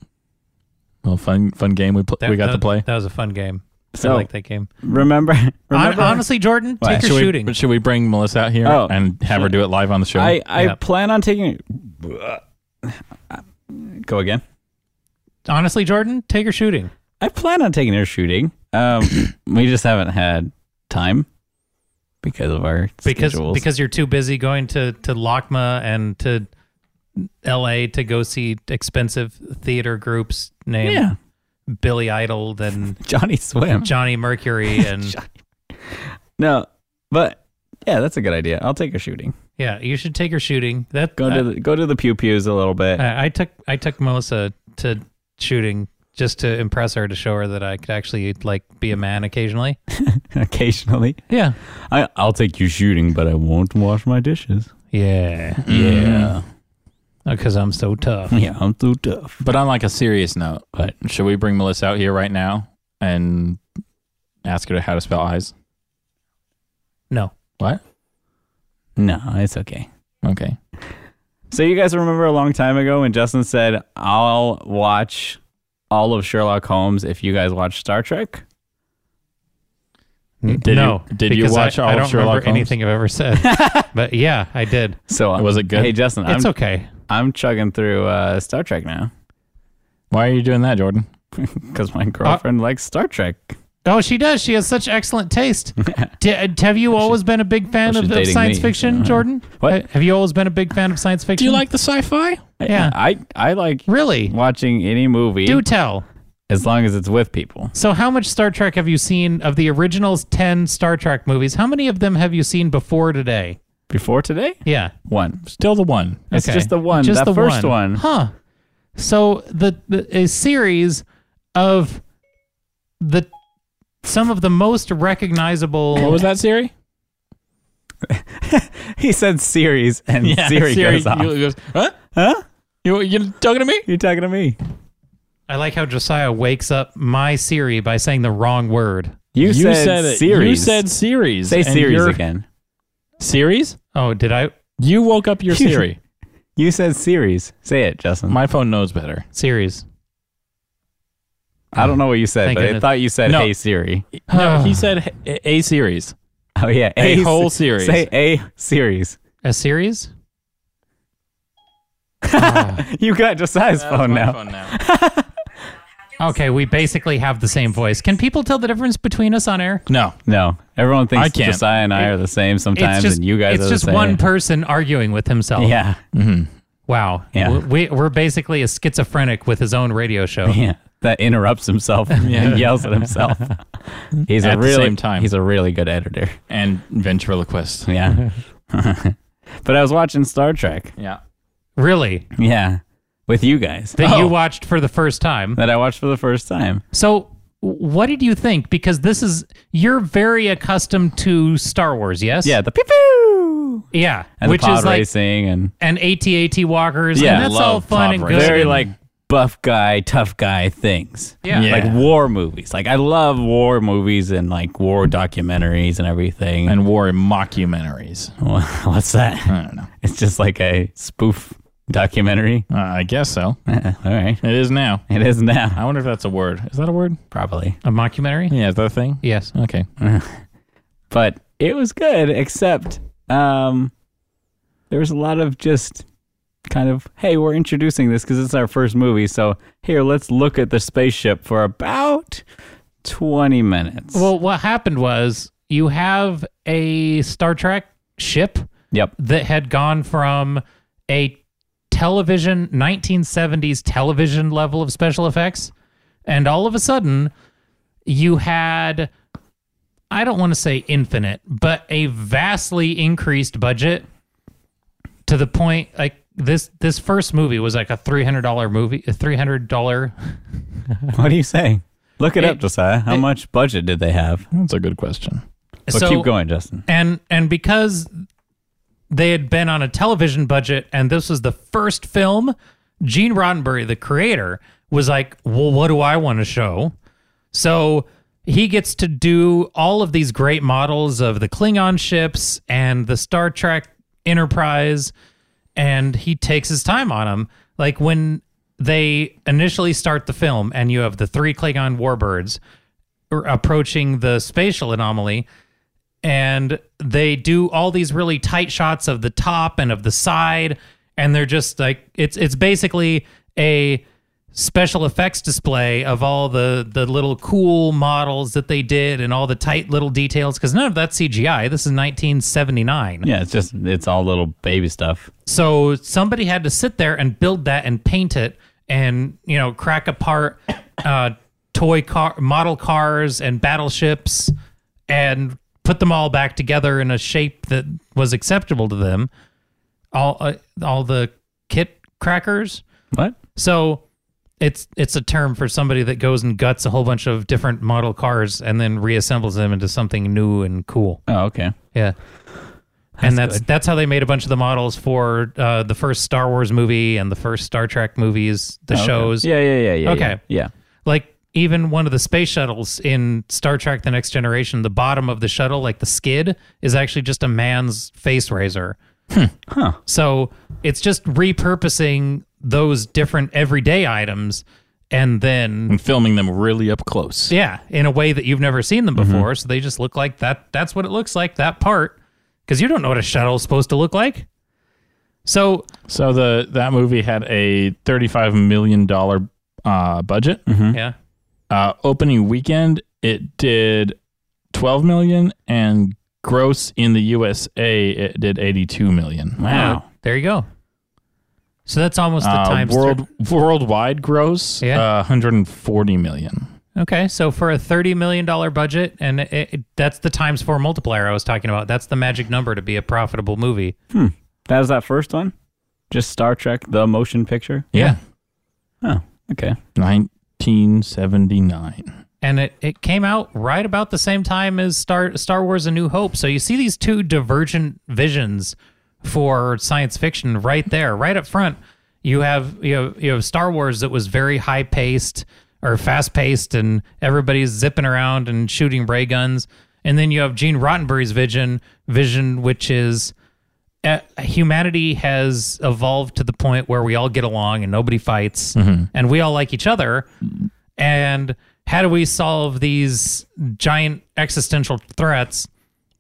little fun fun game we pl- That- we got to that- play. That was a fun game. I So- like that game. Remember, Hon- remember honestly, Jordan, Why? take your should shooting. we should we bring Melissa out here Oh, and have her do it live on the show? I, I Yeah. plan on taking. uh, Go again. honestly, Jordan, take your shooting. I plan on taking her shooting. Um, we just haven't had time because of our Because schedules. because you're too busy going to to LACMA and to L.A. to go see expensive theater groups named yeah, Billy Idol and Johnny Swim. Johnny Mercury and No, but yeah, that's a good idea. I'll take her shooting. yeah, you should take your shooting. That Go to the, go to the pew pews a little bit. I, I took I took Melissa to shooting just to impress her to show her that I could actually like be a man occasionally. occasionally. Yeah. I I'll take you shooting, but I won't wash my dishes. Yeah. Yeah, Because I'm so tough. yeah, I'm too tough. But on like a serious note, but should we bring Melissa out here right now and ask her how to spell eyes? No. What? No, it's okay. Okay. So you guys remember a long time ago when Justin said, "I'll watch all of Sherlock Holmes if you guys watch Star Trek." you- no. did you because watch I, all I of don't Sherlock remember Holmes? anything I've ever said. but yeah, I did. So Was it good? Hey Justin, I'm It's okay. I'm chugging through uh, Star Trek now Why are you doing that, Jordan? because Uh, my girlfriend likes Star Trek. Oh, she does. She has such excellent taste. D- uh, have you always been a big fan she's of, of dating science me. fiction, Uh-huh. Jordan? What? Uh, Have you always been a big fan of science fiction? the sci-fi? Yeah. I I like Really? watching any movie Do tell. as long as it's with people. So, how much Star Trek have you seen of the original 10 Star Trek movies? How many of them have you seen before today? Before today, Yeah. one. Still the one. It's Okay. just the one. Just that the first one. Huh. So, the, the a series of the some of the most recognizable What was that, Siri? He said series, and Siri, goes off. You, You, goes, huh? Huh? You you talking to me? are talking to me. I like how Josiah wakes up my Siri by saying the wrong word. You, said, it. series. You said series. say and series you're- again. Series? Oh, did I You woke up your Siri. You said series. Say it, Justin. My phone knows better. series? I don't know what you said, Thank but I goodness. thought you said No. "Hey Siri." No, he said a, a series. Oh yeah, A se- whole series. Say a series. A series? You got Josiah's phone now. Okay, we basically have the same voice. Can people tell the difference between us on air? No. No, everyone thinks I can't. Josiah and I are the same sometimes, it's just and you guys it's are just the same. one person arguing with himself. yeah, Wow. Yeah. W- We, we're basically a schizophrenic with his own radio show. yeah. That interrupts himself and yells at himself. He's At a the really same time. he's a really good editor. And ventriloquist. Yeah. but I was watching Star Trek. Yeah. Really? Yeah. with you guys that you Oh, watched for the first time. that I watched for the first time. So, what did you think? Because this is you're very accustomed to Star Wars, yes? Yeah, the pew pew yeah. and which the pod is like racing and and ATAT walkers. Yeah, and that's love all fun pod and good. racing. very and- like buff guy, tough guy things. yeah. Yeah. Like, Like war movies. Like I love war movies and like war documentaries and everything. and war mockumentaries. what's that? I don't know. It's just like a spoof documentary. Eh, Uh, I guess so. All right. It is now. It is now, I wonder if that's a word. Is that a word? probably. a mockumentary? Yeah, is that a thing? Yes. Okay. But it was good, except um, there was a lot of just kind of, hey, we're introducing this because it's our first movie. So here, let's look at the spaceship for about 20 minutes. Well, what happened was you have a Star Trek ship yep. that had gone from a television 1970s television level of special effects and all of a sudden you had I don't want to say infinite, but a vastly increased budget to the point like this this first movie was like a $300 movie, a $300 What are you saying? Look it, It- up, Josiah. How much budget did they have? That's a good question. But keep going, Justin. and and because they had been on a television budget and this was the first film gene roddenberry the creator was like well what do i want to show so he gets to do all of these great models of the klingon ships and the star trek enterprise and he takes his time on them like when they initially start the film and you have the three klingon warbirds r- approaching the spatial anomaly and they do all these really tight shots of the top and of the side and they're just like it's it's basically a special effects display of all the the little cool models that they did and all the tight little details cuz none of that's CGI this is 1979 Yeah, it's just, it's all little baby stuff. so somebody had to sit there and build that and paint it and you know crack apart uh, toy car model cars and battleships and put them all back together in a shape that was acceptable to them. All uh, all the kit crackers. What? So it's it's a term for somebody that goes and guts a whole bunch of different model cars and then reassembles them into something new and cool. Oh, okay. Yeah. and that's that's how they made a bunch of the models for uh, the first Star Wars movie and the first Star Trek movies, the Okay. shows. Yeah, yeah, yeah, yeah. Okay. Yeah. Like even one of the space shuttles in Star Trek The Next Generation, the bottom of the shuttle, like the skid, is actually just a man's face razor. Hmm. Huh. So it's just repurposing those different everyday items and then And filming them really up close. yeah, in a way that you've never seen them Mm-hmm. before. So they just look like that. That's what it looks like, that part. Because you don't know what a shuttle's supposed to look like. So So the that movie had a thirty-five million dollar uh, budget. yeah. Uh, opening weekend, it did twelve million, and gross in the USA, it did eighty-two million. Uh, there you go. So that's almost the Uh, times world worldwide gross, Yeah. uh, 140 million. thir- okay, so for a thirty million dollar budget, and it, it- that's the times four multiplier I was talking about. That's the magic number to be a profitable movie. That was that first one? Just Star Trek, the motion picture? Yeah. Oh, okay. 1979. and it, it came out right about the same time as Star Star Wars: A New Hope. So you see these two divergent visions for science fiction right there, right up front. You have you have, you have Star Wars that was very high paced or fast paced, and everybody's zipping around and shooting ray guns. And then you have Gene Roddenberry's vision vision, which is uh, humanity has evolved to the point where we all get along and nobody fights and we all like each other and how do we solve these giant existential threats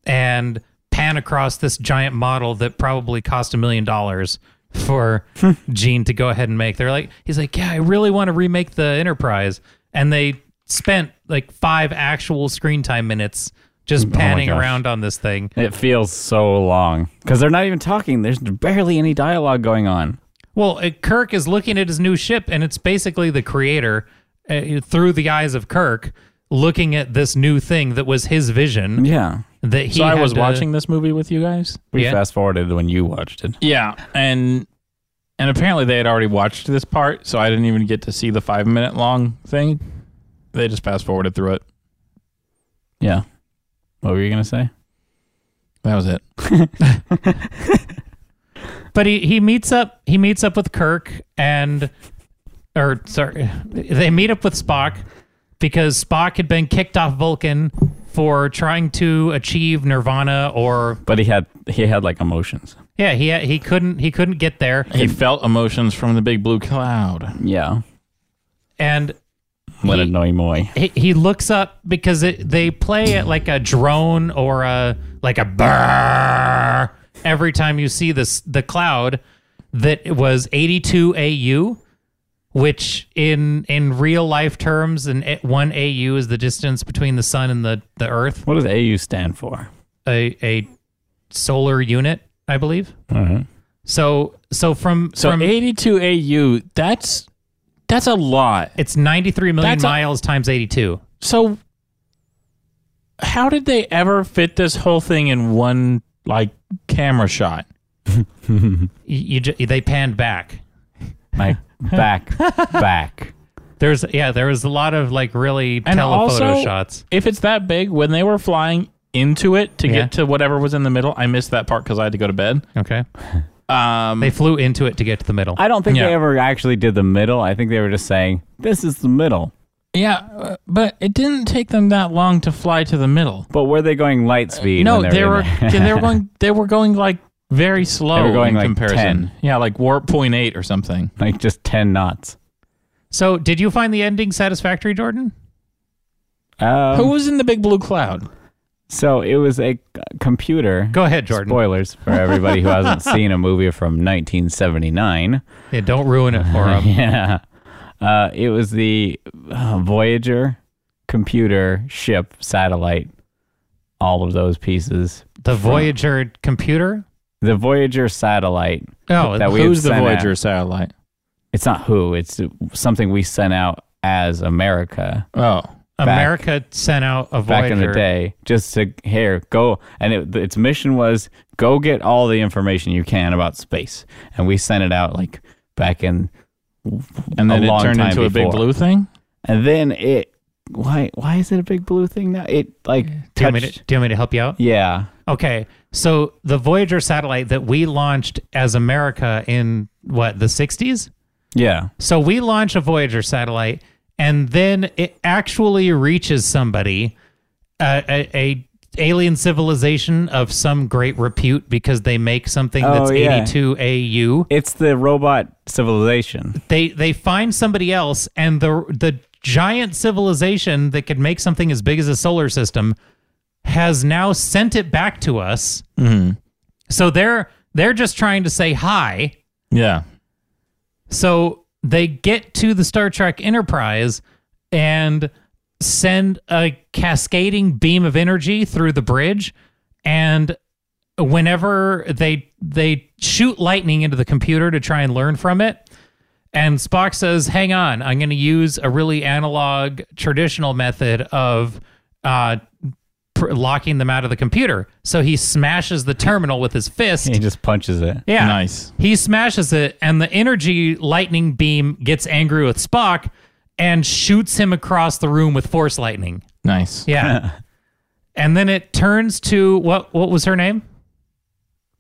and pan across this giant model that probably cost a million dollars for Gene to go ahead and make. They're like, he's like, yeah, I really want to remake the Enterprise, and they spent like five actual screen time minutes just panning gosh. around on this thing. It feels so long because they're not even talking. There's barely any dialogue going on. Well, uh, Kirk is looking at his new ship, and it's basically the creator uh, through the eyes of Kirk looking at this new thing that was his vision Yeah. that he So I had was to- watching this movie with you guys. We Yeah. fast forwarded when you watched it. Yeah, and And apparently they had already watched this part, so I didn't even get to see the five minute long thing. They just fast forwarded through it. Yeah. What were you gonna say? That was it. But he, he meets up he meets up with Kirk and or sorry they meet up with Spock because Spock had been kicked off Vulcan for trying to achieve nirvana or But he had he had like emotions. yeah he he couldn't he couldn't get there He felt emotions from the big blue cloud. Yeah. and What He- a annoy moy. he, he looks up because it, they play it like a drone or a like a brrr every time you see this the cloud that it was 82 AU which in in real life terms and it- 1 AU is the distance between the sun and the the earth What does AU stand for? a a solar unit I believe Mm-hmm. so so from So from 82 AU, that's that's a lot. it's 93 million That's a- miles times 82 So how did they ever fit this whole thing in one like camera shot? you, you ju- they panned back My back back. There's yeah, there was a lot of like really And telephoto also- shots. If it's that big, when they were flying into it to Yeah. get to whatever was in the middle, I missed that part because I had to go to bed. Okay, Um, they flew into it to get to the middle. I don't think Yeah. they ever actually did the middle. I think they were just saying, This is the middle. yeah, uh, but it didn't take them that long to fly to the middle. But were they going light speed? Uh, no, when they were in yeah, they were going they were going like very slow They were going, in like, comparison. 10. Yeah, like warp point eight or something. like just ten knots. so, did you find the ending satisfactory, Jordan? Um, Who was in the big blue cloud? so it was a c- computer. Go ahead, Jordan. Spoilers for everybody who hasn't seen a movie from 1979. Yeah, don't ruin it for them. Yeah. Uh, it was the uh, Voyager computer, ship, satellite, all of those pieces. The Voyager computer. The Voyager satellite. Oh, That we had Who's the sent out- Voyager satellite? It's not who, it's something we sent out as America Oh, America sent out a Voyager. back in the day just to here go and it, its mission was go get all the information you can about space and we sent it out like back in and then a it long turned time into a big before. blue thing. And then it why why is it a big blue thing now? It like Do you, want me touched- to, do you want me to help you out? yeah. Okay, so the Voyager satellite that we launched as America in what the '60s. Yeah. So we launch a Voyager satellite, and then it actually reaches somebody, uh, a, a alien civilization of some great repute, because they make something Oh, that's yeah. 82 AU. It's the robot civilization. They they find somebody else, and the the giant civilization that could make something as big as a solar system has now sent it back to us. Mm-hmm. So they're they're just trying to say hi. Yeah, So they get to the Star Trek Enterprise and send a cascading beam of energy through the bridge and whenever they they shoot lightning into the computer to try and learn from it and Spock says hang on I'm going to use a really analog traditional method of uh pr- locking them out of the computer so he smashes the terminal with his fist He just punches it. yeah. Nice. He smashes it, and the energy lightning beam gets angry with Spock and shoots him across the room with force lightning. nice. Yeah. and then it turns to what what was her name?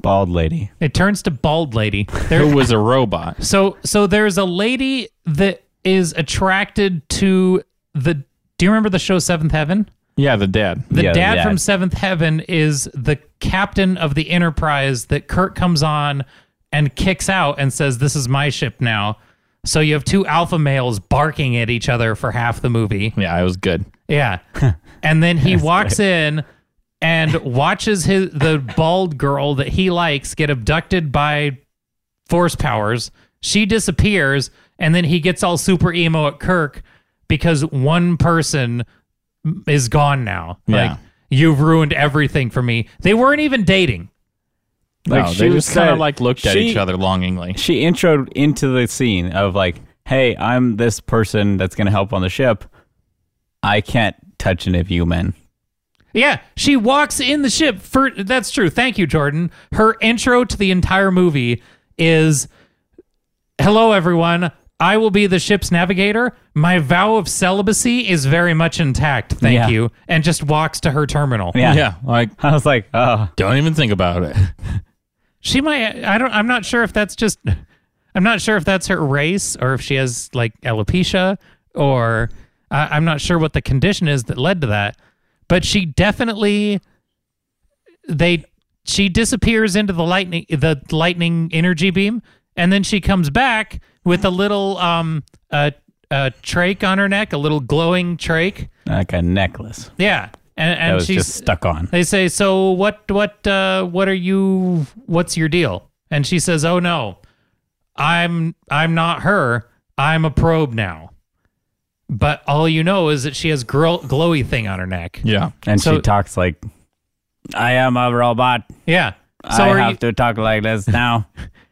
Bald lady. It turns to Bald Lady. Who There was a robot? so so there's a lady that is attracted to the do you remember the show Seventh Heaven? Yeah, the dad. The Yeah, the dad, dad. from Seventh Heaven is the captain of the Enterprise that Kirk comes on and kicks out and says, This is my ship now. So you have two alpha males barking at each other for half the movie. Yeah, it was good. Yeah. and then he walks in and watches his the bald girl that he likes get abducted by force powers. She disappears and then he gets all super emo at Kirk because one person is gone now. Yeah. Like you've ruined everything for me. They weren't even dating. Like, no, she they was just kind of said- like looked at she- each other longingly. She introed into the scene of like, "Hey, I'm this person that's going to help on the ship. I can't touch an of you men." Yeah, she walks in the ship. For that's true. Thank you, Jordan. Her intro to the entire movie is Hello, everyone. I will be the ship's navigator. My vow of celibacy is very much intact. Thank Yeah. you. And just walks to her terminal. Yeah. yeah, like I was like, oh, don't even think about it. She might, I don't, I'm not sure if that's just, I'm not sure if that's her race or if she has like alopecia or I I'm not sure what the condition is that led to that. But she definitely, they, she disappears into the lightning, the lightning energy beam, and then she comes back with a little, um, uh, a trach on her neck, a little glowing trach. like a necklace Yeah. And, that and was she's uh, just stuck on. they say, "So what? What? Uh, what are you? What's your deal?" And she says, "Oh no, I'm I'm not her. I'm a probe now." But all you know is that she has grow glowy thing on her neck. Yeah, And So- she talks like, I am a robot. Yeah. So I are have you, to talk like this now.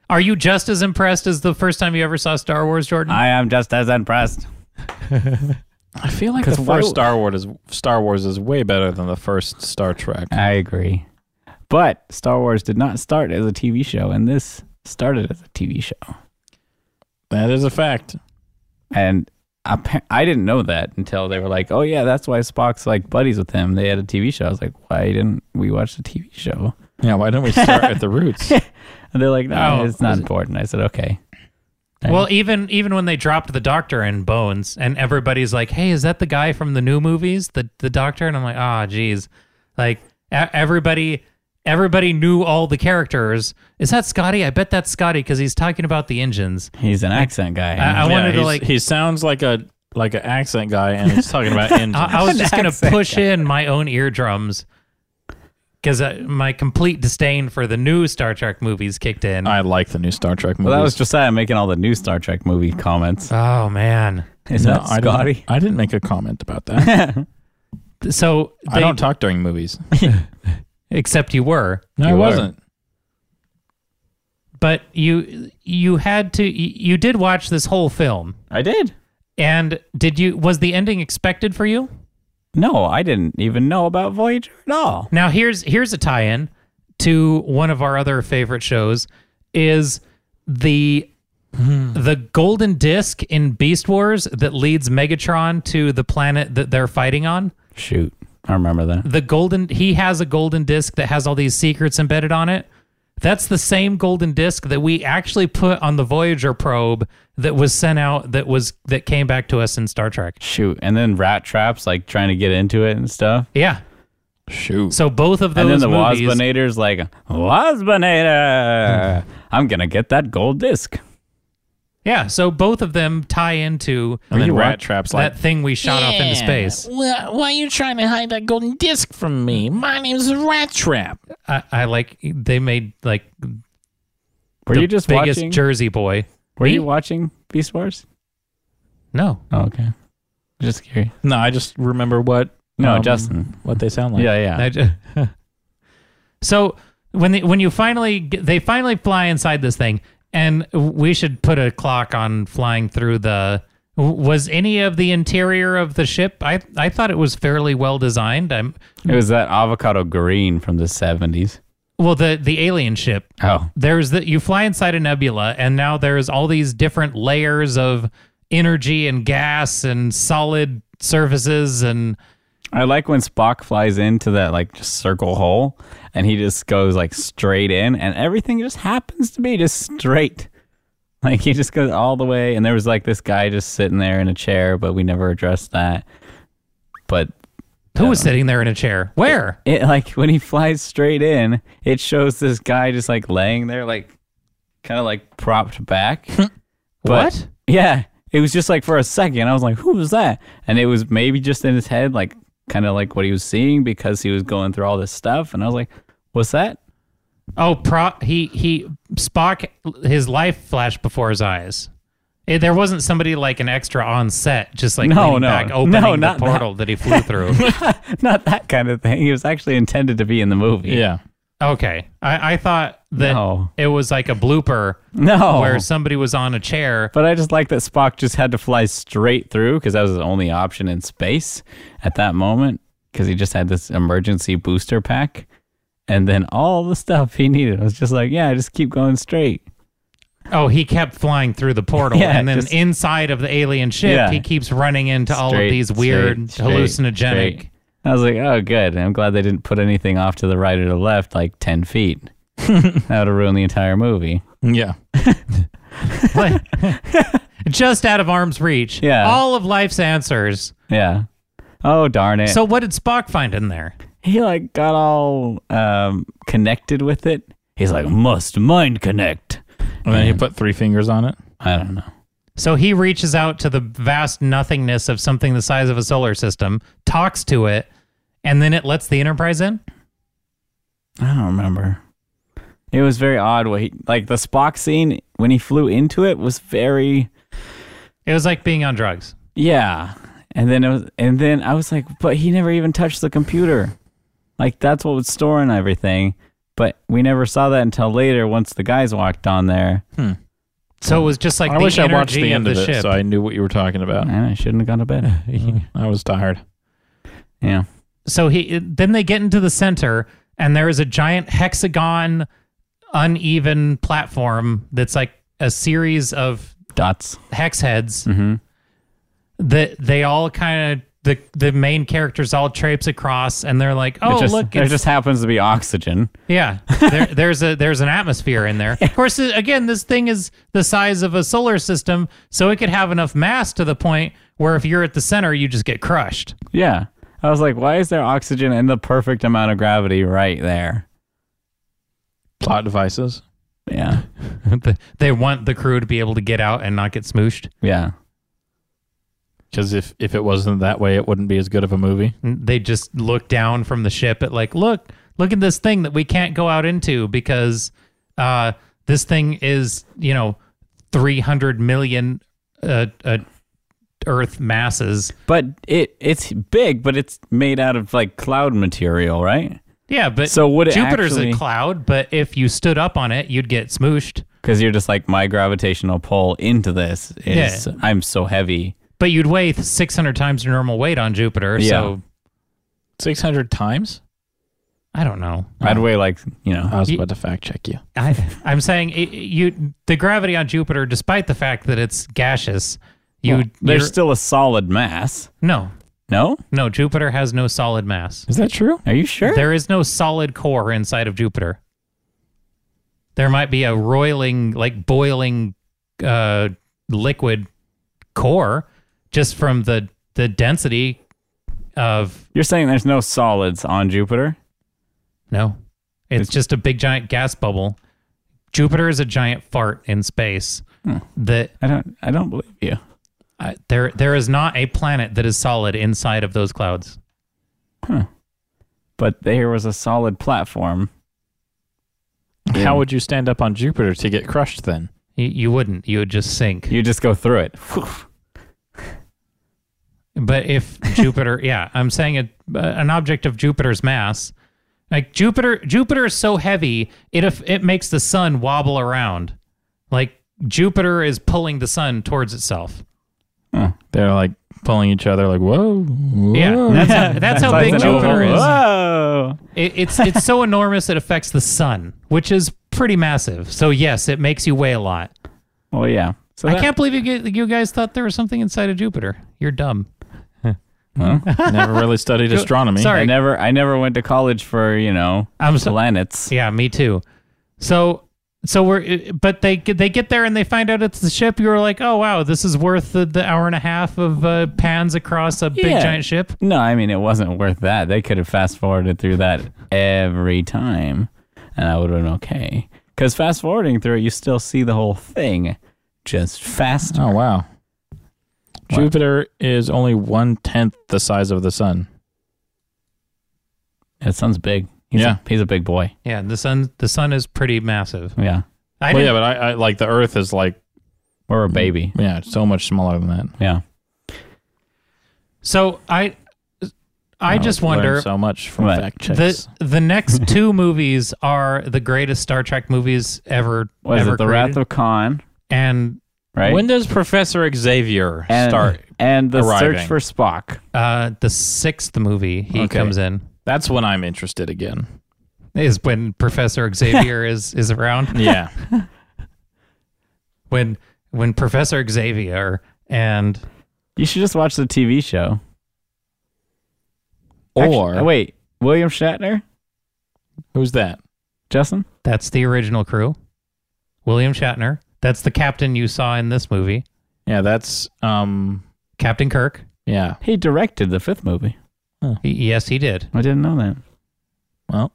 are you just as impressed as the first time you ever saw Star Wars, Jordan? I am just as impressed. I feel like the 'Cause first why- Star Wars is Star Wars is way better than the first Star Trek. I agree. But Star Wars did not start as a TV show, and this started as a TV show. That is a fact. And appa- I didn't know that until they were like, "Oh yeah, that's why Spock's like buddies with him. They had a TV show." I was like, "Why didn't we watch the TV show?" Yeah, why don't we start at the roots? And they're like, "No, Oh, it's not important." I said, "Okay." well, even even when they dropped the Doctor in Bones, and everybody's like, "Hey, is that the guy from the new movies, the the Doctor?" And I'm like, "Ah, geez," like e- everybody everybody knew all the characters. Is that Scotty? I bet that's Scotty because he's talking about the engines. He's an accent guy. I, I Yeah, wanted to he's- like. he sounds like a like an accent guy, and he's talking about engines. I, I was an just gonna accent push in my own eardrums because my complete disdain for the new Star Trek movies kicked in. I like the new Star Trek movies. well, that was Josiah making all the new Star Trek movie comments. oh man! Is No, that I Scotty? Didn't, I didn't make a comment about that. So I they- don't talk during movies. except you were. No, You I are. wasn't. but you you had to you you did watch this whole film I did. and did you was the ending expected for you No, I didn't even know about Voyager at all. now here's here's a tie-in to one of our other favorite shows is the the golden disc in beast wars that leads megatron to the planet that they're fighting on Shoot, I remember that. the golden he has a golden disc that has all these secrets embedded on it that's the same golden disc that we actually put on the voyager probe that was sent out that was that came back to us in star trek Shoot, and then rat traps like trying to get into it and stuff. yeah Shoot. so both of those And then the movies Wasbinator's like, Wasbinator, I'm going to get that gold disc. yeah so both of them tie into and then you Rat watch- Trap's like, that thing we shot off into space Why, why are you trying to hide that golden disc from me? My name's Rat Trap. I, I like they made like Were the you just biggest watching? jersey boy were you Me? watching Beast Wars? no Oh, okay. Just curious. no, I just remember what No, um, Justin. what they sound like. yeah, yeah. I ju- so when the, when you finally get, they finally fly inside this thing, and we should put a clock on flying through the. Was any of the interior of the ship? I I thought it was fairly well designed. I'm it was that avocado green from the 70s. well the the alien ship. Oh, There's that you fly inside a nebula, and now there's all these different layers of energy and gas and solid surfaces and I like when Spock flies into that like just circle hole and he just goes like straight in and everything just happens to be just straight. Like he just goes all the way and there was like this guy just sitting there in a chair, but we never addressed that. But who was sitting there in a chair? Where? it like when he flies straight in, it shows this guy just like laying there like kind of like propped back. But- What? Yeah. It was just like for a second, I was like, who was that? And it was maybe just in his head, like kind of like what he was seeing because he was going through all this stuff. And I was like, what's that? Oh, pro- he he Spock his life flashed before his eyes. Eh, there wasn't somebody like an extra on set, just like No, leaning no. back, No, opening the not that. portal that. he flew through. Not that kind of thing. He was actually intended to be in the movie. Yeah. okay, I, I thought that No. Oh. it was like a blooper No. where somebody was on a chair. but I just like that Spock just had to fly straight through because that was his only option in space at that moment because he just had this emergency booster pack. And then all the stuff he needed I was just like, yeah, just keep going straight. Oh, he kept flying through the portal, Yeah, and then just- inside of the alien ship, Yeah. he keeps running into all of Straight, these weird straight, straight, hallucinogenic. straight. I was like, oh, good. I'm glad they didn't put anything off to the right or the left, like 10 feet. that would have ruined the entire movie. Yeah. Like, just out of arm's reach. Yeah. All of life's answers. Yeah. Oh, darn it. So what did Spock find in there? he like got all um, connected with it. He's like, must mind connect. And then he put three fingers on it. I don't know. So he reaches out to the vast nothingness of something the size of a solar system, talks to it, and then it lets the Enterprise in? I don't remember. It was very odd. What he, like the Spock scene when he flew into it was very It was like being on drugs. yeah. And then it was, and then I was like, but he never even touched the computer. Like that's what was storing everything. But we never saw that until later once the guys walked on there. So it was just like I the wish I energy watched the end of of, the it ship. Mm. so I knew what you were talking Oh. about. Man, I shouldn't have gone to bed. I was tired. yeah. so he then they get into the center and there is a giant hexagon uneven platform that's like a series of Dots. hex heads that they all kind of the the main characters all traipse across and they're like oh it just, look there it's, just happens to be oxygen. yeah there, there's a there's an atmosphere in there of course it- again this thing is the size of a solar system so it could have enough mass to the point where if you're at the center you just get crushed Yeah. I was like, why is there oxygen and the perfect amount of gravity right there? Plot devices. Yeah. they want the crew to be able to get out and not get smooshed Yeah. Because if, if it wasn't that way, it wouldn't be as good of a movie. they just look down from the ship at like look look at this thing that we can't go out into because uh this thing is you know 300 million uh, uh earth masses But it it's big, but it's made out of like cloud material, right? yeah but So would it jupiter's actually- a cloud but if you stood up on it you'd get smooshed Because you're just like my gravitational pull into this is Yeah. I'm so heavy. but you'd weigh 600 times your normal weight on jupiter so 600 times? i don't know I'd weigh like you know. I was Ye- about to fact check you. I, I'm saying it, you the gravity on Jupiter, despite the fact that it's gaseous, you there's Oh, you're- still a solid mass. no No, No, Jupiter has no solid mass. Is that true? are you sure? There is no solid core inside of Jupiter. There might be a roiling, like boiling uh, liquid core just from the, the density of. You're saying there's no solids on Jupiter? No, it's just a big giant gas bubble. Jupiter is a giant fart in space. That I don't. I don't believe you. uh, there, there is not a planet that is solid inside of those clouds. But there was a solid platform. How would you stand up on Jupiter to get crushed then? You, you wouldn't. You would just sink. You just go through it. But if Jupiter, yeah, I'm saying it, uh, an object of Jupiter's mass, like Jupiter, Jupiter is so heavy it if it makes the sun wobble around, like Jupiter is pulling the sun towards itself. They're like pulling each other, like, whoa. whoa. Yeah, that's how, that's how big It's an Jupiter oval. is. Whoa. It, it's it's so enormous it affects the sun, which is pretty massive. So yes, it makes you weigh a lot. Well, yeah. So I that- can't believe you get, you guys thought there was something inside of Jupiter. You're dumb. Never really studied astronomy. Sorry. I never, I never went to college for you know I'm so, planets. Yeah, me too. So so we're but they get- they get there and they find out it's the ship. You were like, oh wow, this is worth the, the hour and a half of uh, pans across a big Yeah. giant ship. No, I mean it wasn't worth that. They could have fast forwarded through that every time, and I would have been okay. Because fast forwarding through it, you still see the whole thing, just faster. Oh, wow. Jupiter is only one tenth the size of the sun. That sounds big. He's Yeah. a, he's a big boy. Yeah, the sun the sun is pretty massive. Yeah, I well, didn't- yeah, but I, I like the Earth is like or a baby. yeah, so much smaller than that. Yeah, so I I just learned wonder so much from What? fact checks. the the next two movies are the greatest Star Trek movies ever. was ever it the created. Wrath of Khan? and Right. When does Professor Xavier and, start? and the arriving? search for Spock. uh, the sixth movie he Okay. comes in That's when I'm interested again. is when Professor Xavier is is around. Yeah, when when Professor Xavier and You should just watch the TV show. Or Actu- wait, William Shatner, who's that? Justin. that's the original crew. William Shatner, that's the captain you saw in this movie, Yeah, that's um Captain Kirk. yeah. He directed the fifth movie. Y- yes, he did. I didn't know that. Well,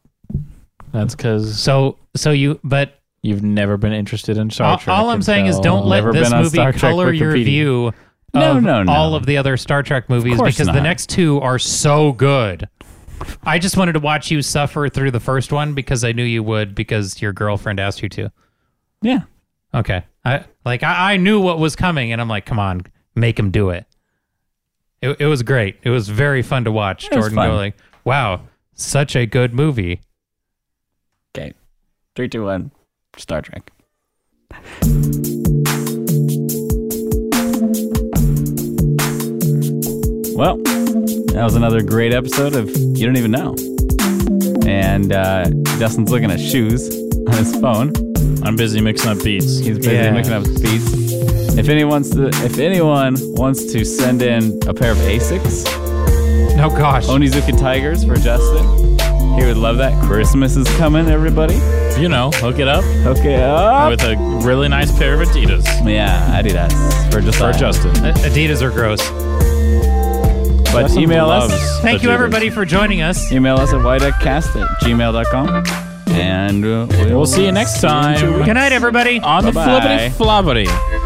that's because So so you but you've never been interested in Star all, Trek. all I'm saying is until- don't let Never this been on movie Star Trek color your Wikipedia. view of No, no, no. all of the other Star Trek movies course because the not. next two are so good. I just wanted to watch you suffer through the first one because I knew you would because your girlfriend asked you to. Yeah, Okay. I like I, I knew what was coming and I'm like, come on, make him do it. It, it was great. It was very fun to watch. was Jordan fun. go like, wow, such a good movie. Okay. Three, two, one. Star Trek. Well, that was another great episode of You Don't Even Know. And uh, Justin's looking at shoes on his phone. I'm busy mixing up beats. He's busy Yeah. mixing up beats. If anyone's to, if anyone wants to send in a pair of Asics, No gosh. Onizuka Tigers for Justin, he would love that. Christmas is coming, everybody. You know, hook it up Okay, up. with a really nice pair of Adidas Yeah, Adidas for just for Justin. A- Adidas are gross. But Justin email us. loves Thank you, Adidas. everybody, for joining us. Email us at widecast at gmail.com. And uh, we'll, We'll see you next in two time. weeks. Good night, everybody. On the Bye-bye. flippity floppity.